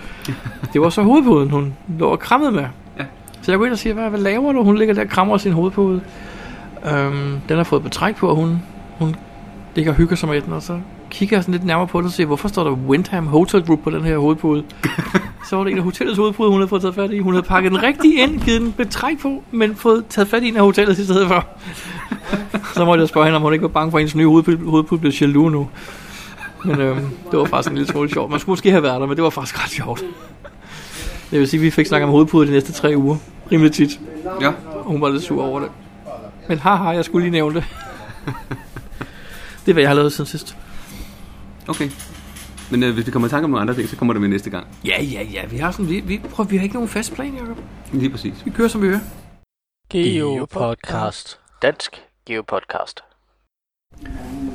A: det var så hovedpuden, hun lå og krammede med.
B: Ja.
A: Så jeg går ind og siger, hvad, hvad laver du? Hun ligger der og krammer sin hovedpude. Øhm, den har fået betræk på, og hun, hun ligger og hygger sig med den, og så kigger jeg sådan lidt nærmere på den og siger, hvorfor står der Windham Hotel Group på den her hovedpude? så var det en af hotellets hovedpuder, hun havde fået taget fat i. Hun havde pakket den rigtig ind, givet den betræk på, men fået taget fat i en af hotellets i stedet for. så måtte jeg spørge hende, om hun ikke var bange for, at hendes nye hovedpude, hovedpude blev jaloux nu. Men øhm, det var faktisk en lille smule sjovt. Man skulle måske have været der, men det var faktisk ret sjovt. Det vil sige, at vi fik snakket om hovedpuder de næste tre uger. Rimelig tit.
B: Ja.
A: Og hun var lidt sur over det. Men haha, jeg skulle lige nævne det. det er, hvad jeg har lavet siden sidst.
B: Okay. Men øh, hvis vi kommer i tanke om nogle andre ting, så kommer det med næste gang.
A: Ja, ja, ja. Vi har sådan, vi, vi, prøv, vi har ikke nogen fast plan, Jacob.
B: Lige præcis.
A: Vi kører, som vi hører.
C: Geo Podcast. Dansk Geo Podcast.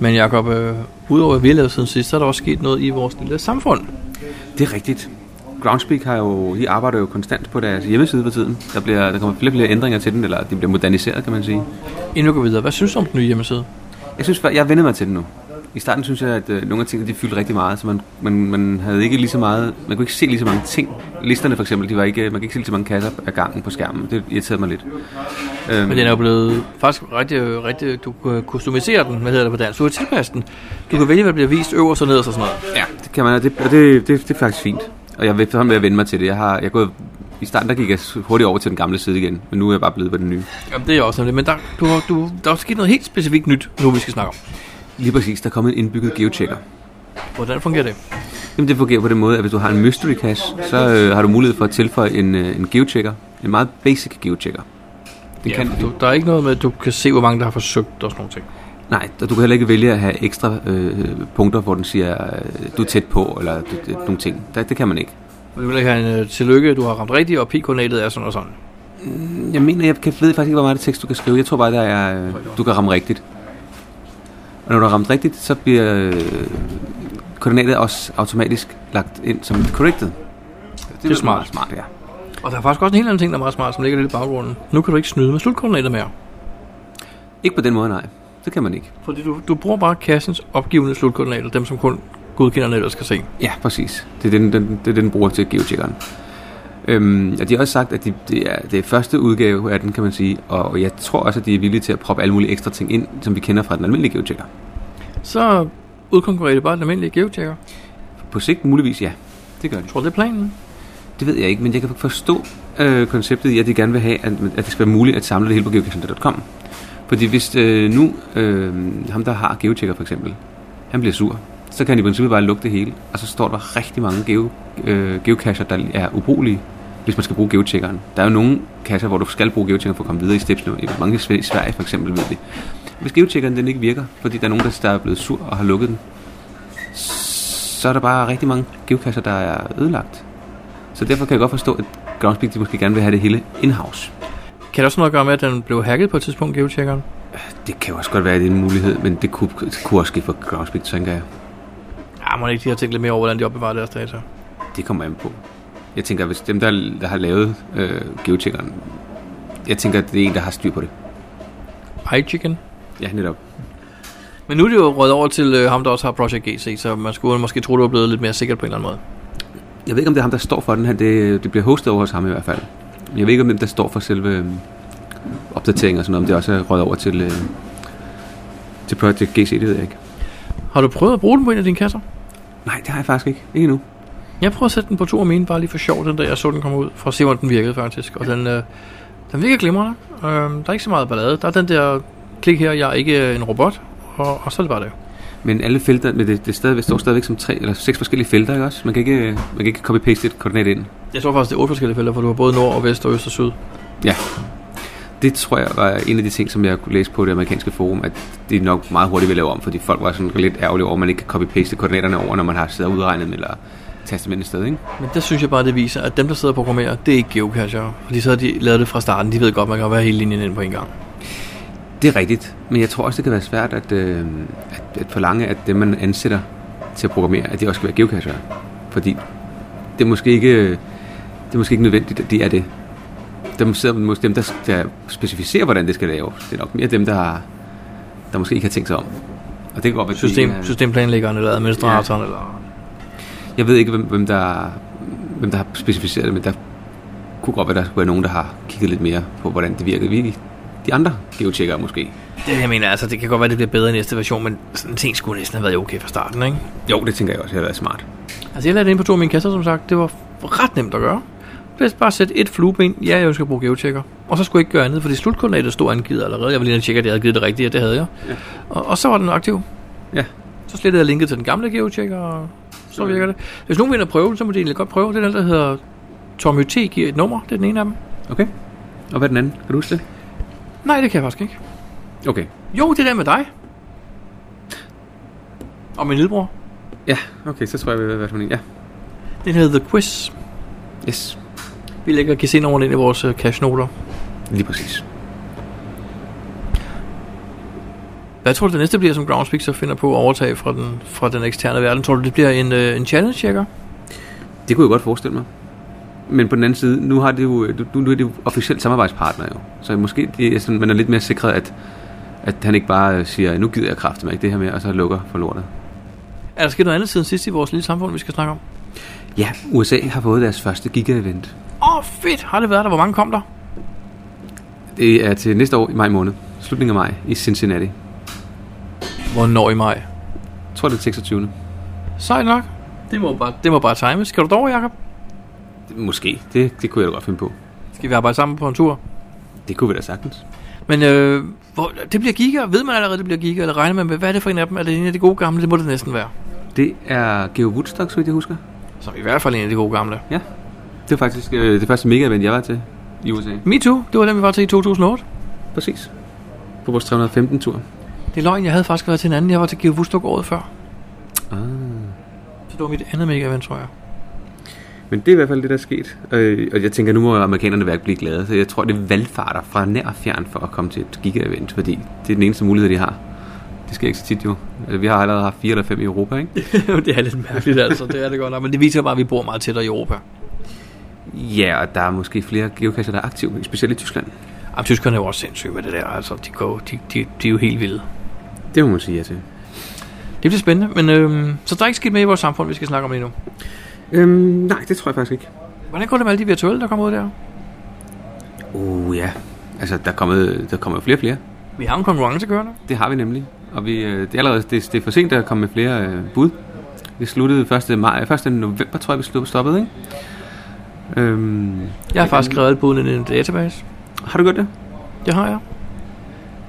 A: Men Jacob, øh, udover at vi har lavet siden sidst, så er der også sket noget i vores lille samfund.
B: Det er rigtigt. Groundspeak har jo, de arbejder jo konstant på deres hjemmeside for tiden. Der, bliver, der kommer flere og flere ændringer til den, eller de bliver moderniseret, kan man sige.
A: Inden vi går videre, hvad synes du om den nye hjemmeside?
B: Jeg synes, jeg vender mig til den nu. I starten synes jeg, at øh, nogle af tingene de fyldte rigtig meget, så man, man, man havde ikke lige så meget, man kunne ikke se lige så mange ting. Listerne for eksempel, de var ikke, man kan ikke se lige så mange kasser af gangen på skærmen. Det irriterede mig lidt. Øhm,
A: Men den er jo blevet faktisk rigtig, øh, rigtig du kan customisere den, hvad hedder det på dansk, du kan tilpasse den. Du kan vælge, hvad der bliver vist øverst og nederst og sådan noget.
B: Ja, det kan man, og det, og det, det, det er faktisk fint. Og jeg er efterhånden ved at vende mig til det. Jeg har jeg er gået I starten der gik jeg hurtigt over til den gamle side igen, men nu er jeg bare blevet på den nye.
A: Jamen, det er også noget. Men der, du, har- du, der er sket noget helt specifikt nyt, nu vi skal snakke om.
B: Lige præcis, der er kommet en indbygget geochecker.
A: Hvordan fungerer det?
B: Jamen det fungerer på den måde, at hvis du har en mystery cache, så øh, har du mulighed for at tilføje en, øh, en geochecker. En meget basic geochecker. Den
A: Ja,
B: kan,
A: for du, der er ikke noget med, at du kan se, hvor mange der har forsøgt og sådan nogle ting.
B: Nej, og du kan heller ikke vælge at have ekstra øh, punkter, hvor den siger, øh, du er tæt på, eller du, det, nogle ting. Det, det kan man ikke.
A: Men Du vil ikke have en øh, tillykke, du har ramt rigtigt, og p-koordinatet er sådan og sådan.
B: Jeg mener, jeg kan, ved faktisk ikke, hvor meget tekst du kan skrive. Jeg tror bare, der er, øh, du kan ramme rigtigt. Og når du har ramt rigtigt, så bliver øh, koordinatet også automatisk lagt ind som corrected. Det,
A: er smart.
B: Smart, ja.
A: Og der er faktisk også en helt anden ting, der er meget smart, som ligger lidt i baggrunden. Nu kan du ikke snyde med slutkoordinater mere.
B: Ikke på den måde, nej. Det kan man ikke.
A: Fordi du, du bruger bare kassens opgivende slutkoordinater, dem som kun godkenderne ellers kan se.
B: Ja, præcis. Det er den, den, det er den den bruger til geotjekkeren. Øhm, og de har også sagt, at de, det, er, det er første udgave af den, kan man sige. Og jeg tror også, at de er villige til at proppe alle mulige ekstra ting ind, som vi kender fra den almindelige geotjekker.
A: Så udkonkurrerer det bare den almindelige geotjekker.
B: På sigt muligvis ja. Det gør de.
A: Tror du, det er planen?
B: Det ved jeg ikke, men jeg kan forstå øh, konceptet i, at de gerne vil have, at, at det skal være muligt at samle det hele på geocaching.com. Fordi hvis øh, nu øh, ham, der har geotjekker for eksempel, han bliver sur, så kan han i princippet bare lukke det hele, og så står der rigtig mange geo, øh, geocacher, der er ubrugelige, hvis man skal bruge geotjekkeren. Der er jo nogle kasser, hvor du skal bruge geotjekkeren for at komme videre i stepsene. I mange sv- i Sverige for eksempel ved vi. Hvis geotjekkeren den ikke virker, fordi der er nogen, der- der er blevet sur og har lukket den, så er der bare rigtig mange geocacher, der er ødelagt. Så derfor kan jeg godt forstå, at Groundspeak de måske gerne vil have det hele in-house.
A: Kan det også noget at gøre med, at den blev hacket på et tidspunkt, geotjekkeren?
B: Det kan jo også godt være, at det er en mulighed, men det kunne, det kunne også ske for Groundspeak, tænker jeg.
A: Ja, Ah, må ikke de har tænkt lidt mere over, hvordan de opbevarer deres data.
B: Det kommer an på. Jeg tænker, hvis dem, der, der har lavet øh, geotjekkeren, jeg tænker, at det er en, der har styr på det.
A: iChicken.
B: Ja, netop.
A: Men nu er det jo rødt over til øh, ham, der også har Project GC, så man skulle måske tro, det var blevet lidt mere sikkert på en eller anden måde.
B: Jeg ved ikke, om det er ham, der står for den her. Det, det bliver hostet over hos ham i hvert fald. Men Jeg ved ikke, om dem, der står for selve øh, opdateringen og sådan noget, om det også er røget over til, øh, til Project GC, det ved jeg ikke.
A: Har du prøvet at bruge den på en af dine kasser?
B: Nej, det har jeg faktisk ikke. Ikke endnu.
A: Jeg prøver at sætte den på to af mine, bare lige for sjov, den der jeg så den komme ud, for at se, hvordan den virkede faktisk. Og den, øh, den virker glimrende. Øh, der er ikke så meget ballade. Der er den der, klik her, jeg er ikke øh, en robot, og, og så er det bare det.
B: Men alle felter, men det, det stadigvæk, står stadigvæk som tre eller seks forskellige felter, ikke også? Man kan ikke, øh, man kan ikke copy-paste et koordinat ind.
A: Jeg tror faktisk, det er otte forskellige felter, for du har både nord og vest og øst og syd.
B: Det tror jeg var en af de ting, som jeg kunne læse på det amerikanske forum, at det nok meget hurtigt vil lave om, fordi folk var sådan lidt ærgerlige over, at man ikke kan copy-paste koordinaterne over, når man har siddet og udregnet dem, eller tastet dem ind et sted, ikke?
A: Men der synes jeg bare, det viser, at dem, der sidder og programmerer, det er ikke geocachere. Fordi så har de lavet det fra starten. De ved godt, man kan være hele linjen ind på en gang.
B: Det er rigtigt, men jeg tror også, det kan være svært at, øh, at, at forlange, at dem, man ansætter til at programmere, at de også skal være geocachere. Fordi det er måske ikke, det er måske ikke nødvendigt, at de er det. Dem, sidder, måske dem der, der specificerer, hvordan det skal laves, det er nok mere dem, der, har, der måske ikke har tænkt sig om. Og det kan godt være, at de
A: System,
B: ikke er-
A: systemplanlæggeren eller administratoren ja. eller...
B: Jeg ved ikke, hvem, hvem, der, hvem der har specificeret det, men der kunne godt være, der skulle være nogen, der har kigget lidt mere på, hvordan det virkede. Vi, de andre geotjekkere måske.
A: Det jeg mener, altså, det kan godt være, det bliver bedre i næste version, men sådan en ting skulle næsten have været okay fra starten, ikke?
B: Jo, det tænker jeg også, det har været smart.
A: Altså, jeg lagde det ind på to af mine kasser, som sagt. Det var ret nemt at gøre. Hvis bare sætte et flueben, ja, jeg skal bruge geotjekker. Og så skulle jeg ikke gøre andet, fordi slutkoordinatet stod angivet allerede. Jeg ville lige tjekke, at jeg havde givet det rigtige, og det havde jeg. Ja. Og, og, så var den aktiv.
B: Ja.
A: Så slettede jeg linket til den gamle geotjekker, og så virker det. Hvis nogen vinder prøven, så må de egentlig godt prøve. Det er den, der hedder Tommy T giver et nummer. Det er den ene af dem.
B: Okay. Og hvad er den anden? Kan du huske det?
A: Nej, det kan jeg faktisk ikke.
B: Okay.
A: Jo, det der med dig. Og min lillebror.
B: Ja, okay, så tror jeg, vi ved, hvad for en. Ja,
A: Den hedder The Quiz.
B: yes.
A: Vi lægger kassen over ind i vores øh, cashnoter.
B: Lige præcis.
A: Hvad tror du, det næste bliver, som Groundspeak så finder på at overtage fra den, fra den eksterne verden? Tror du, det bliver en, øh, en challenge-checker?
B: Det kunne jeg godt forestille mig. Men på den anden side, nu, har det jo, nu, nu er det jo officielt samarbejdspartner jo. Så måske det er sådan, man er lidt mere sikret, at, at han ikke bare øh, siger, nu gider jeg kraftigt ikke det her med, og så lukker for lortet.
A: Er der sket noget andet siden sidst i vores lille samfund, vi skal snakke om?
B: Ja, USA har fået deres første giga-event.
A: Åh, oh, fedt! Har det været der? Hvor mange kom der?
B: Det er til næste år i maj måned. Slutningen af maj i Cincinnati.
A: Hvornår i maj?
B: Jeg tror, det er 26.
A: Sejt nok. Det må bare, det må bare times. Skal du derover, Jacob?
B: Måske. Det, det kunne jeg da godt finde på.
A: Skal vi arbejde sammen på en tur?
B: Det kunne vi da sagtens.
A: Men øh, hvor, det bliver giga. Ved man allerede, det bliver giga? Eller regner man med, hvad er det for en af dem? Er det en af de gode gamle? Det må det næsten være.
B: Det er Geo Woodstock, så vidt jeg husker.
A: Så i hvert fald en af de gode gamle.
B: Ja. Det var faktisk øh, det første mega-event, jeg var til i USA.
A: Me Too, det var den, vi var til i 2008.
B: Præcis. På vores 315-tur.
A: Det er løgn, jeg havde faktisk været til en anden. Jeg var til Geo Woodstock året før.
B: Ah.
A: Så det var mit andet mega event, tror jeg.
B: Men det er i hvert fald det, der er sket. Øh, og jeg tænker, nu må amerikanerne være blive glade. Så jeg tror, det valgfarter fra nær og fjern for at komme til et giga-event, fordi det er den eneste mulighed, de har. Det sker ikke så tit jo. Altså, vi har allerede haft fire eller fem i Europa, ikke?
A: det er lidt mærkeligt altså, det er det godt nok. Men det viser bare, at vi bor meget tættere i Europa.
B: Ja, og der er måske flere geocacher, der er aktive, specielt i Tyskland.
A: Jamen, tyskerne er jo også sindssyge med det der, altså, de, går, de, de, de er jo helt vilde.
B: Det må man sige ja til.
A: Det bliver spændende, men øhm, så der er ikke sket med i vores samfund, vi skal snakke om lige nu.
B: Øhm, nej, det tror jeg faktisk ikke.
A: Hvordan går det med alle de virtuelle, der kommer ud der?
B: Uh, ja. Altså, der kommer, der kommer flere og flere.
A: Vi har en konkurrence kørende.
B: Det har vi nemlig. Og vi, øh, det er allerede det, det er for sent at komme med flere øh, bud. Vi sluttede 1. maj, 1. november, tror jeg, vi slu- stoppede, ikke? Øhm,
A: Jeg har faktisk skrevet budene i en database.
B: har du gjort det?
A: Det har jeg.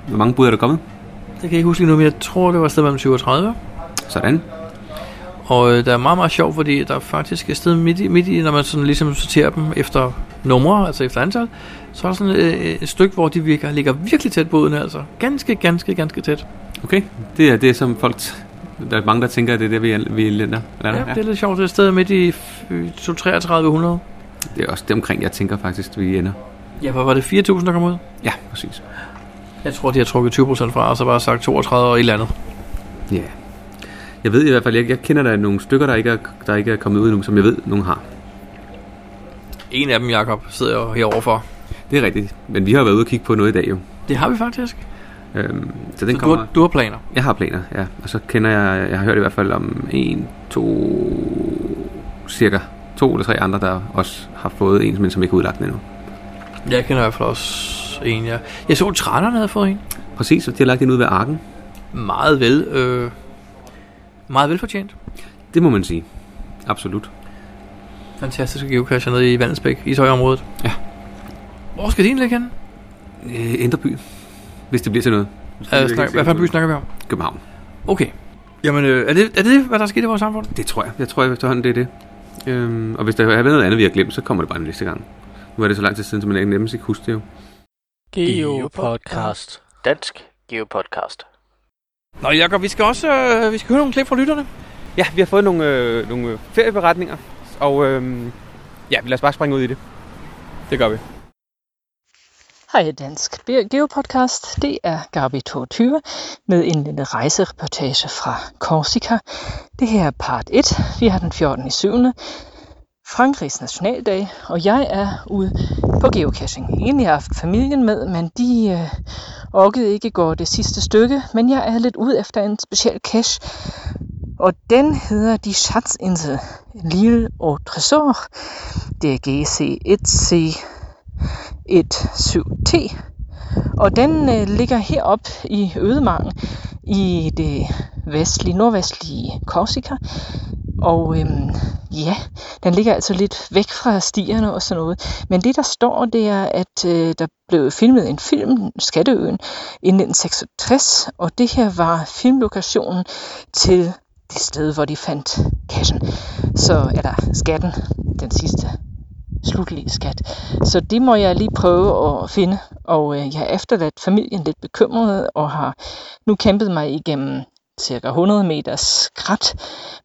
B: Hvor mange bud er der kommet?
A: Det kan jeg ikke huske lige nu, men jeg tror, det var et sted mellem 20 og 30.
B: Sådan.
A: Og øh, der er meget, meget sjovt, fordi der er faktisk et sted midt i, midt i når man sådan ligesom sorterer dem efter numre, altså efter antal, så er der sådan øh, et stykke, hvor de virker, ligger virkelig tæt på uden, altså. Ganske, ganske, ganske tæt.
B: Okay. Det er det, som folk... T- der er mange, der tænker, at det er det, vi, an- vi lander.
A: Ja,
B: lander.
A: det er lidt sjovt. Det er et sted midt i øh, 3300.
B: det er også det omkring, jeg tænker faktisk, vi ender.
A: Ja, hvor var det 4000, der kom ud?
B: Ja, præcis.
A: Jeg tror, de har trukket 20% fra, og så bare sagt 32 og et eller andet.
B: Ja. Jeg ved i hvert fald, jeg, jeg kender der nogle stykker, der ikke, er, der ikke er kommet ud endnu, som jeg ved, nogen har.
A: En af dem, Jakob, sidder jo herovre for.
B: Det er rigtigt. Men vi har været ude og kigge på noget i dag jo.
A: Det har vi faktisk.
B: Øhm, så den
A: Så du
B: kommer...
A: har, du har planer.
B: Jeg har planer, ja. Og så kender jeg, jeg har hørt i hvert fald om en, to, cirka to eller tre andre, der også har fået en, men som ikke er udlagt den endnu.
A: Jeg kender i hvert fald også en, jeg... Jeg så, at trænerne havde fået en.
B: Præcis, og de har lagt den ud ved Arken.
A: Meget vel... Øh, meget velfortjent.
B: Det må man sige. Absolut.
A: Fantastiske geocacher nede i Vandensbæk, i Tøjområdet.
B: Ja.
A: Hvor skal din ligge henne?
B: Øh, Indre by, hvis det bliver til noget.
A: Øh, snak, hvad for en by snakker vi om?
B: København.
A: Okay. Jamen, øh, er, det, er det, hvad der er sket i vores samfund?
B: Det tror jeg. Jeg tror efterhånden, det er det. Øhm, og hvis der er noget andet, vi har glemt, så kommer det bare næste gang. Nu er det så lang tid siden, så man ikke nemmest ikke husker det jo.
C: Geopodcast. Dansk Geopodcast.
A: Nå, Jakob, vi skal også øh, vi skal høre nogle klip fra lytterne.
B: Ja, vi har fået nogle, øh, nogle ferieberetninger, og øh, ja, lad os bare springe ud i det. Det gør vi.
D: Hej Dansk Be- Geopodcast. Det er Gabi 22 med en lille rejsereportage fra Korsika. Det her er part 1. Vi har den 14. i 7. Frankrigs nationaldag, og jeg er ude på geocaching. Egentlig har jeg haft familien med, men de øh, orkede ikke gå det sidste stykke, men jeg er lidt ude efter en speciel cache, og den hedder De Schatzinsel Lille og Tresor. Det er GC1C 17T. Og den øh, ligger heroppe i Ødemarken i det vestlige, nordvestlige Korsika. Og øhm, ja, den ligger altså lidt væk fra stierne og sådan noget. Men det der står, det er, at øh, der blev filmet en film, Skatteøen, i 1966. Og det her var filmlokationen til det sted, hvor de fandt kassen. Så er der skatten, den sidste slutlige skat. Så det må jeg lige prøve at finde, og øh, jeg har efterladt familien lidt bekymret og har nu kæmpet mig igennem cirka 100 meters krat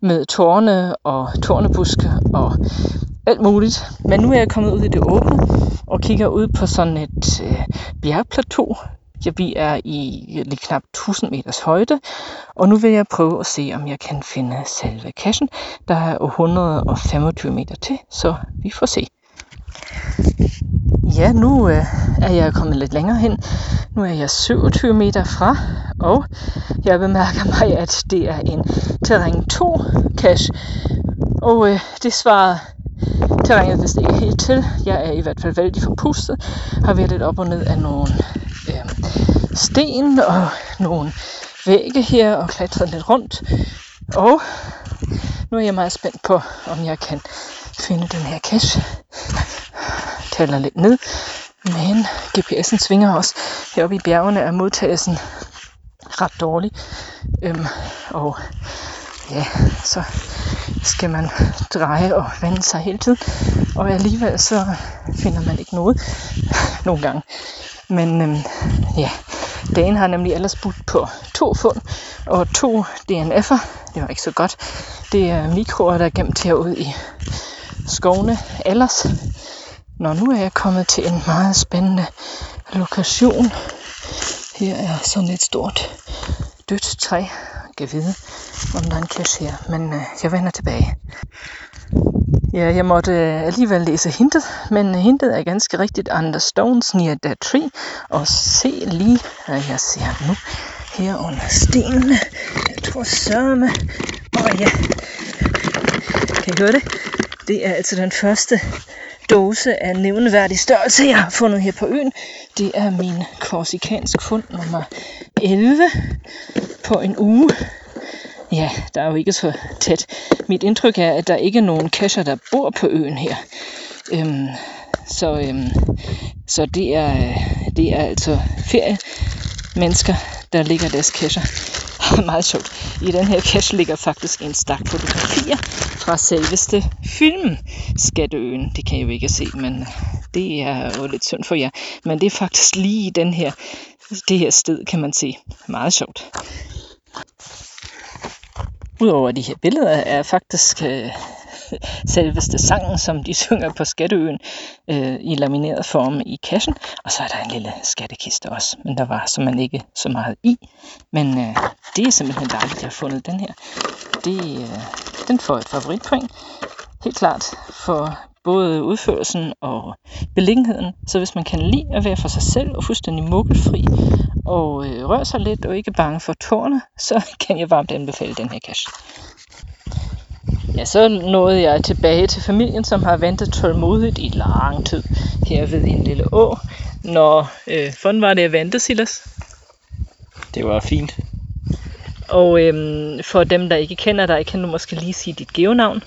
D: med tårne og tårnebuske og alt muligt. Men nu er jeg kommet ud i det åbne og kigger ud på sådan et øh, bjergplateau. Ja, vi er i lige knap 1000 meters højde, og nu vil jeg prøve at se, om jeg kan finde selve kassen. Der er 125 meter til, så vi får se. Ja, nu øh, er jeg kommet lidt længere hen. Nu er jeg 27 meter fra, og jeg bemærker mig, at det er en terræn 2 cache. Og øh, det svarer terrænet vist ikke helt til. Jeg er i hvert fald vældig forpustet. Har været lidt op og ned af nogle øh, sten og nogle vægge her og klatret lidt rundt. Og nu er jeg meget spændt på, om jeg kan finde den her cache. Taler lidt ned, men GPS'en svinger også. Heroppe i bjergene er modtagelsen ret dårlig. Øhm, og ja, så skal man dreje og vende sig hele tiden. Og alligevel så finder man ikke noget nogle gange. Men øhm, ja, dagen har nemlig ellers budt på to fund og to DNF'er. Det var ikke så godt. Det er mikroer, der er gemt herude i skovene ellers. Nå, nu er jeg kommet til en meget spændende lokation. Her er sådan et stort dødt træ. Jeg kan vide, om der er en cache her, men øh, jeg vender tilbage. Ja, jeg måtte øh, alligevel læse hintet, men hintet er ganske rigtigt under stones near the tree. Og se lige, hvad jeg ser nu her under stenene. Jeg tror sørme. Og ja, kan I høre det? Det er altså den første dose af nævneværdig størrelse, jeg har fundet her på øen. Det er min korsikansk fund nummer 11 på en uge. Ja, der er jo ikke så tæt. Mit indtryk er, at der ikke er nogen kasser, der bor på øen her. Øhm, så øhm, så det, er, det er altså ferie mennesker, der ligger deres kasser. Meget sjovt. I den her kasse ligger faktisk en stak fotografier fra selveste filmen Skatteøen. Det kan I jo ikke se, men det er jo lidt synd for jer. Men det er faktisk lige i den her, det her sted, kan man se. Meget sjovt. Udover de her billeder er faktisk øh, selveste sangen, som de synger på Skatteøen øh, i lamineret form i kassen. Og så er der en lille skattekiste også, men der var simpelthen ikke så meget i. Men øh, det er simpelthen dejligt, at jeg har fundet den her. Det, øh, den får et favoritpoint, helt klart, for både udførelsen og beliggenheden. Så hvis man kan lide at være for sig selv og fuldstændig mukkelfri og øh, røre sig lidt og ikke bange for tårne, så kan jeg varmt anbefale den her cache. Ja, så nåede jeg tilbage til familien, som har ventet tålmodigt i lang tid her ved en lille å. Når øh, fun var det at vente, Silas?
C: Det var fint.
D: Og øhm, for dem, der ikke kender dig, kan du måske lige sige dit geonavn.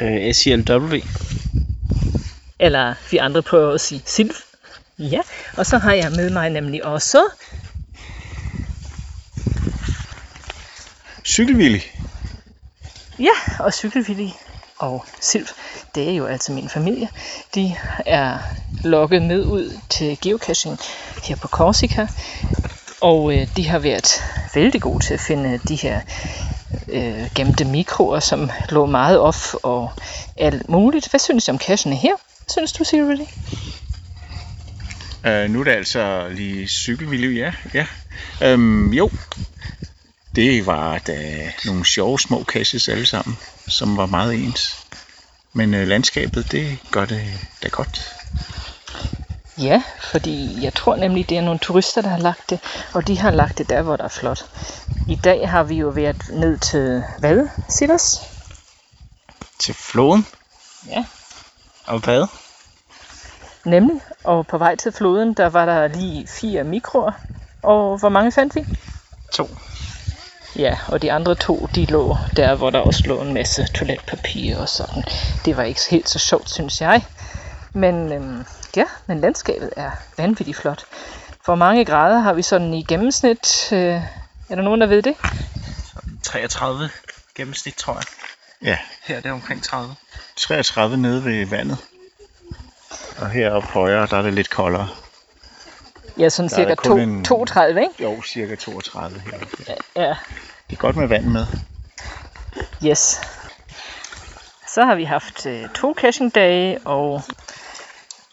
C: Øh, SCLW.
D: Eller vi andre prøver at sige Silv. Ja, og så har jeg med mig nemlig også...
E: Cykelvillig.
D: Ja, og cykelvillige og Silv, det er jo altså min familie. De er lokket med ud til geocaching her på Korsika, og øh, de har været vældig gode til at finde de her øh, gemte mikroer, som lå meget op og alt muligt. Hvad synes du om cachene her? Synes du, Silvia?
E: Øh, nu er det altså lige cykelvillig, ja. ja. Øhm, jo, det var da nogle sjove små caches alle sammen, som var meget ens. Men øh, landskabet, det gør det da godt.
D: Ja, fordi jeg tror nemlig, det er nogle turister, der har lagt det, og de har lagt det der, hvor der er flot. I dag har vi jo været ned til hvad, Silas?
C: Til floden
D: Ja,
C: og hvad?
D: nemlig. Og på vej til floden, der var der lige fire mikroer. Og hvor mange fandt vi?
C: To.
D: Ja, og de andre to, de lå der, hvor der også lå en masse toiletpapir og sådan. Det var ikke helt så sjovt, synes jeg. Men øhm, ja, men landskabet er vanvittigt flot. Hvor mange grader har vi sådan i gennemsnit? Øh, er der nogen, der ved det?
C: 33 gennemsnit, tror jeg.
E: Ja,
C: Her er det omkring 30.
E: 33 nede ved vandet. Og heroppe højre, der er det lidt koldere.
D: Ja, sådan
E: Der er
D: cirka
E: kun
D: to,
E: en-
D: 32, ikke?
E: Jo, cirka 32 heroppe. Ja.
D: Ja,
E: Det er godt med vand med.
D: yes. Så har vi haft øh, to caching-dage, og,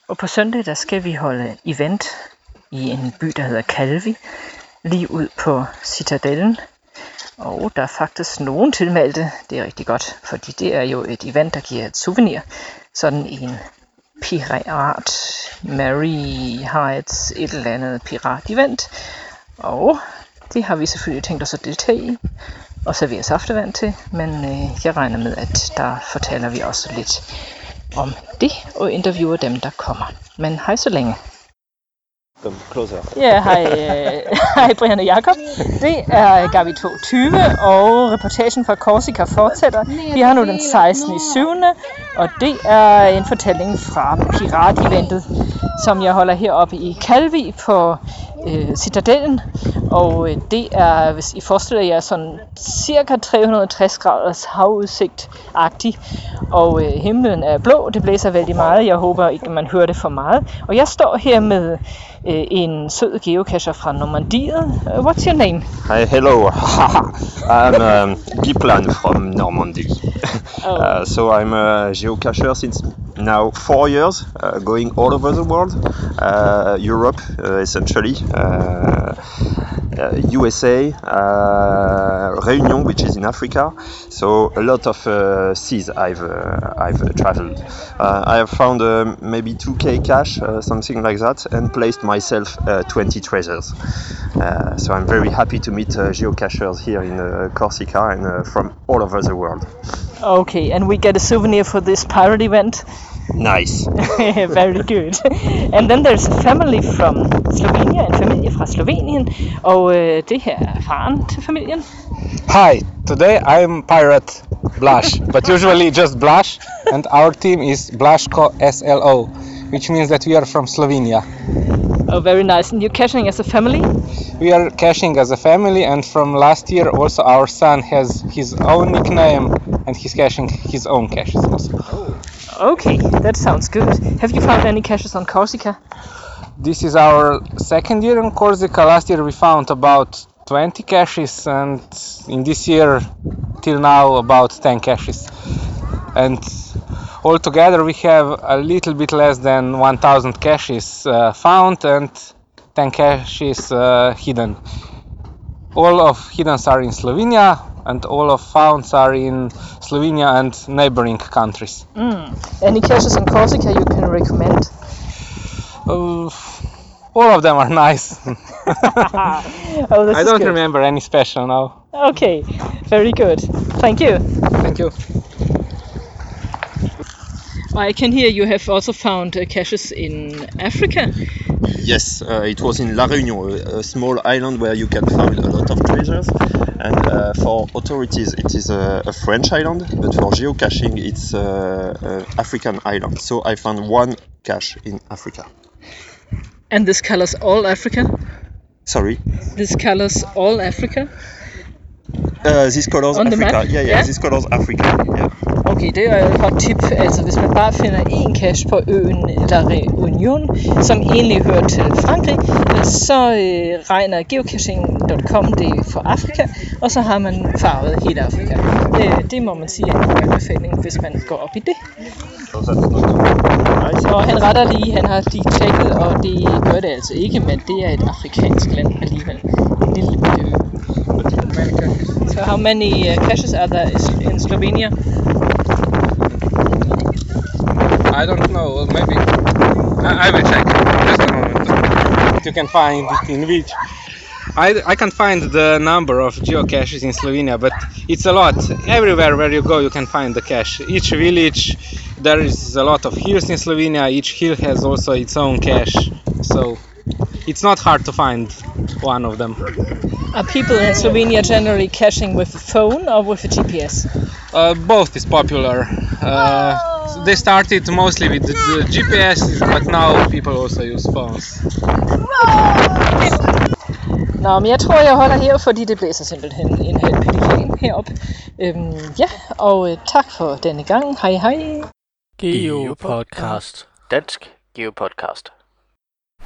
D: og på søndag, der skal vi holde event i en by, der hedder Calvi, lige ud på Citadellen. Og der er faktisk nogen tilmeldte. Det er rigtig godt, fordi det er jo et event, der giver et souvenir. Sådan en pirat, Mary Heights, et eller andet pirat-event. Og det har vi selvfølgelig tænkt os at deltage i og servere saftevand til, men øh, jeg regner med, at der fortæller vi også lidt om det og interviewer dem, der kommer. Men hej så længe.
F: Come closer.
D: Ja, hej, øh, hej Brian og Jakob. Det er Gavi 22, og reportagen fra Korsika fortsætter. Vi har nu den 16. i 7. Og det er en fortælling fra Pirateventet, som jeg holder heroppe i Kalvi på øh, Citadellen. Og øh, det er, hvis I forestiller jer, sådan cirka 360 graders havudsigt-agtig. Og øh, himlen er blå, det blæser vældig meget. Jeg håber ikke, man hører det for meget. Og jeg står her med øh, en sød geocacher fra Normandiet. Øh, What's your name?
F: Hi, hello. I'm um, Giplan from Normandy. Uh, so I'm a geocacher since now four years, uh, going all over the world, uh, Europe uh, essentially, uh, uh, USA, uh, Réunion, which is in Africa. So a lot of uh, seas I've uh, I've uh, traveled. Uh, I have found uh, maybe 2k cash, uh, something like that, and placed myself uh, 20 treasures. Uh, so I'm very happy to meet uh, geocachers here in uh, Corsica and uh, from all over the world.
D: Okay, and we get a souvenir for this pirate event.
F: Nice.
D: Very good. And then there's a family from Slovenia, en familie fra Slovenien, og øh, det her er faren til familien.
G: Hi, today I'm Pirate Blush, but usually just Blush, and our team is Blashko SLO, which means that we are from Slovenia.
D: Oh, very nice. And you're caching as a family?
G: We are caching as a family, and from last year also our son has his own nickname, and he's caching his own caches also.
D: Okay, that sounds good. Have you found any caches on Corsica?
G: This is our second year in Corsica. Last year we found about 20 caches, and in this year till now about 10 caches. And altogether we have a little bit less than 1000 caches uh, found and 10 caches uh, hidden. All of hiddens are in Slovenia, and all of founds are in Slovenia and neighboring countries.
D: Hmm. Any caches on Corsica you can recommend?
G: Uh, all of them are nice.
D: Oh, this
G: I
D: is
G: don't
D: good.
G: remember any special now.
D: Okay, very good. Thank you.
G: Thank you.
D: I can hear you have also found uh, caches in Africa.
F: Yes, uh, it was in La Réunion, a, a small island where you can find a lot of treasures. And uh, for authorities, it is a, a French island, but for geocaching, it's uh, an African island. So I found one cache in Africa.
D: And this colors all Africa.
F: Sorry,
D: This colors all Africa.
F: uh, this colors
D: On the
F: Africa.
D: map?
F: Yeah, yeah,
D: Yeah.
F: this colors Africa. Yeah.
D: Okay, det er jo et godt tip. Altså, hvis man bare finder én cache på øen La Réunion, som egentlig hører til Frankrig, øh, så øh, regner geocaching.com det for Afrika, og så har man farvet hele Afrika. Øh, det må man sige er en anbefaling, hvis man går op i det.
F: So that's not nice.
D: Og han retter lige, han har de tjekket, og det gør det altså ikke, men det er et afrikansk land alligevel. En lille bitte ø. So how many uh, caches are there is- in Slovenia?
G: I don't know. Maybe I, I will check. Just a moment. You can find it in which. I, I can't find the number of geocaches in Slovenia, but it's a lot. Everywhere where you go, you can find the cache. Each village, there is a lot of hills in Slovenia. Each hill has also its own cache, so it's not hard to find one of them.
D: Are Uh, people in Slovenia generally caching with a phone or with a GPS?
G: Uh, both is popular. Uh, so they started mostly with the, the GPS, but now people also use phones.
D: Nå, men jeg tror, jeg holder her, fordi det blæser simpelthen en halv pelikan herop. Øhm, ja, og øh, tak for denne gang. Hej hej.
A: Geopodcast.
C: Dansk Geopodcast.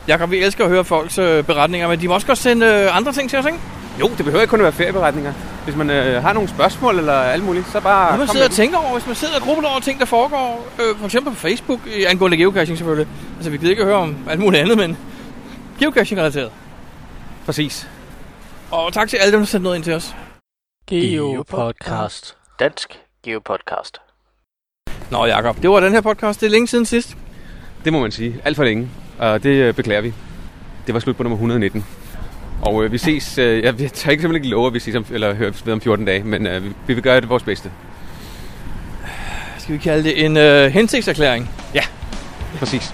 A: Jakob, vi elsker at høre folks øh, beretninger, men de må også godt sende øh, andre ting til os, ikke?
B: Jo, det behøver ikke kun at være ferieberetninger. Hvis man øh, har nogle spørgsmål eller alt muligt, så bare
A: Hvis man
B: Ah, kom
A: sidder og
B: med
A: tænker over, hvis man sidder og grubler over ting, der foregår, øh, for eksempel på Facebook, i angående geocaching selvfølgelig. Altså, vi gider ikke at høre om alt muligt andet, men geocaching-relateret.
B: dem. Præcis.
A: Og tak til alle dem, der sendte noget ind til os.
C: Geopodcast. Dansk Geopodcast.
A: Nå, Jakob, det var den her podcast. Det er længe siden sidst.
B: Det må man sige. Alt for længe. Og det øh, beklager vi. Det var slut på nummer 119. Og øh, vi ses, øh, jeg, jeg tør ikke simpelthen ikke love, at vi ses om, eller hører ved om 14 dage, men øh, vi, vi vil gøre det vores bedste.
A: Skal vi kalde det en øh, hensigtserklæring?
B: Præcis.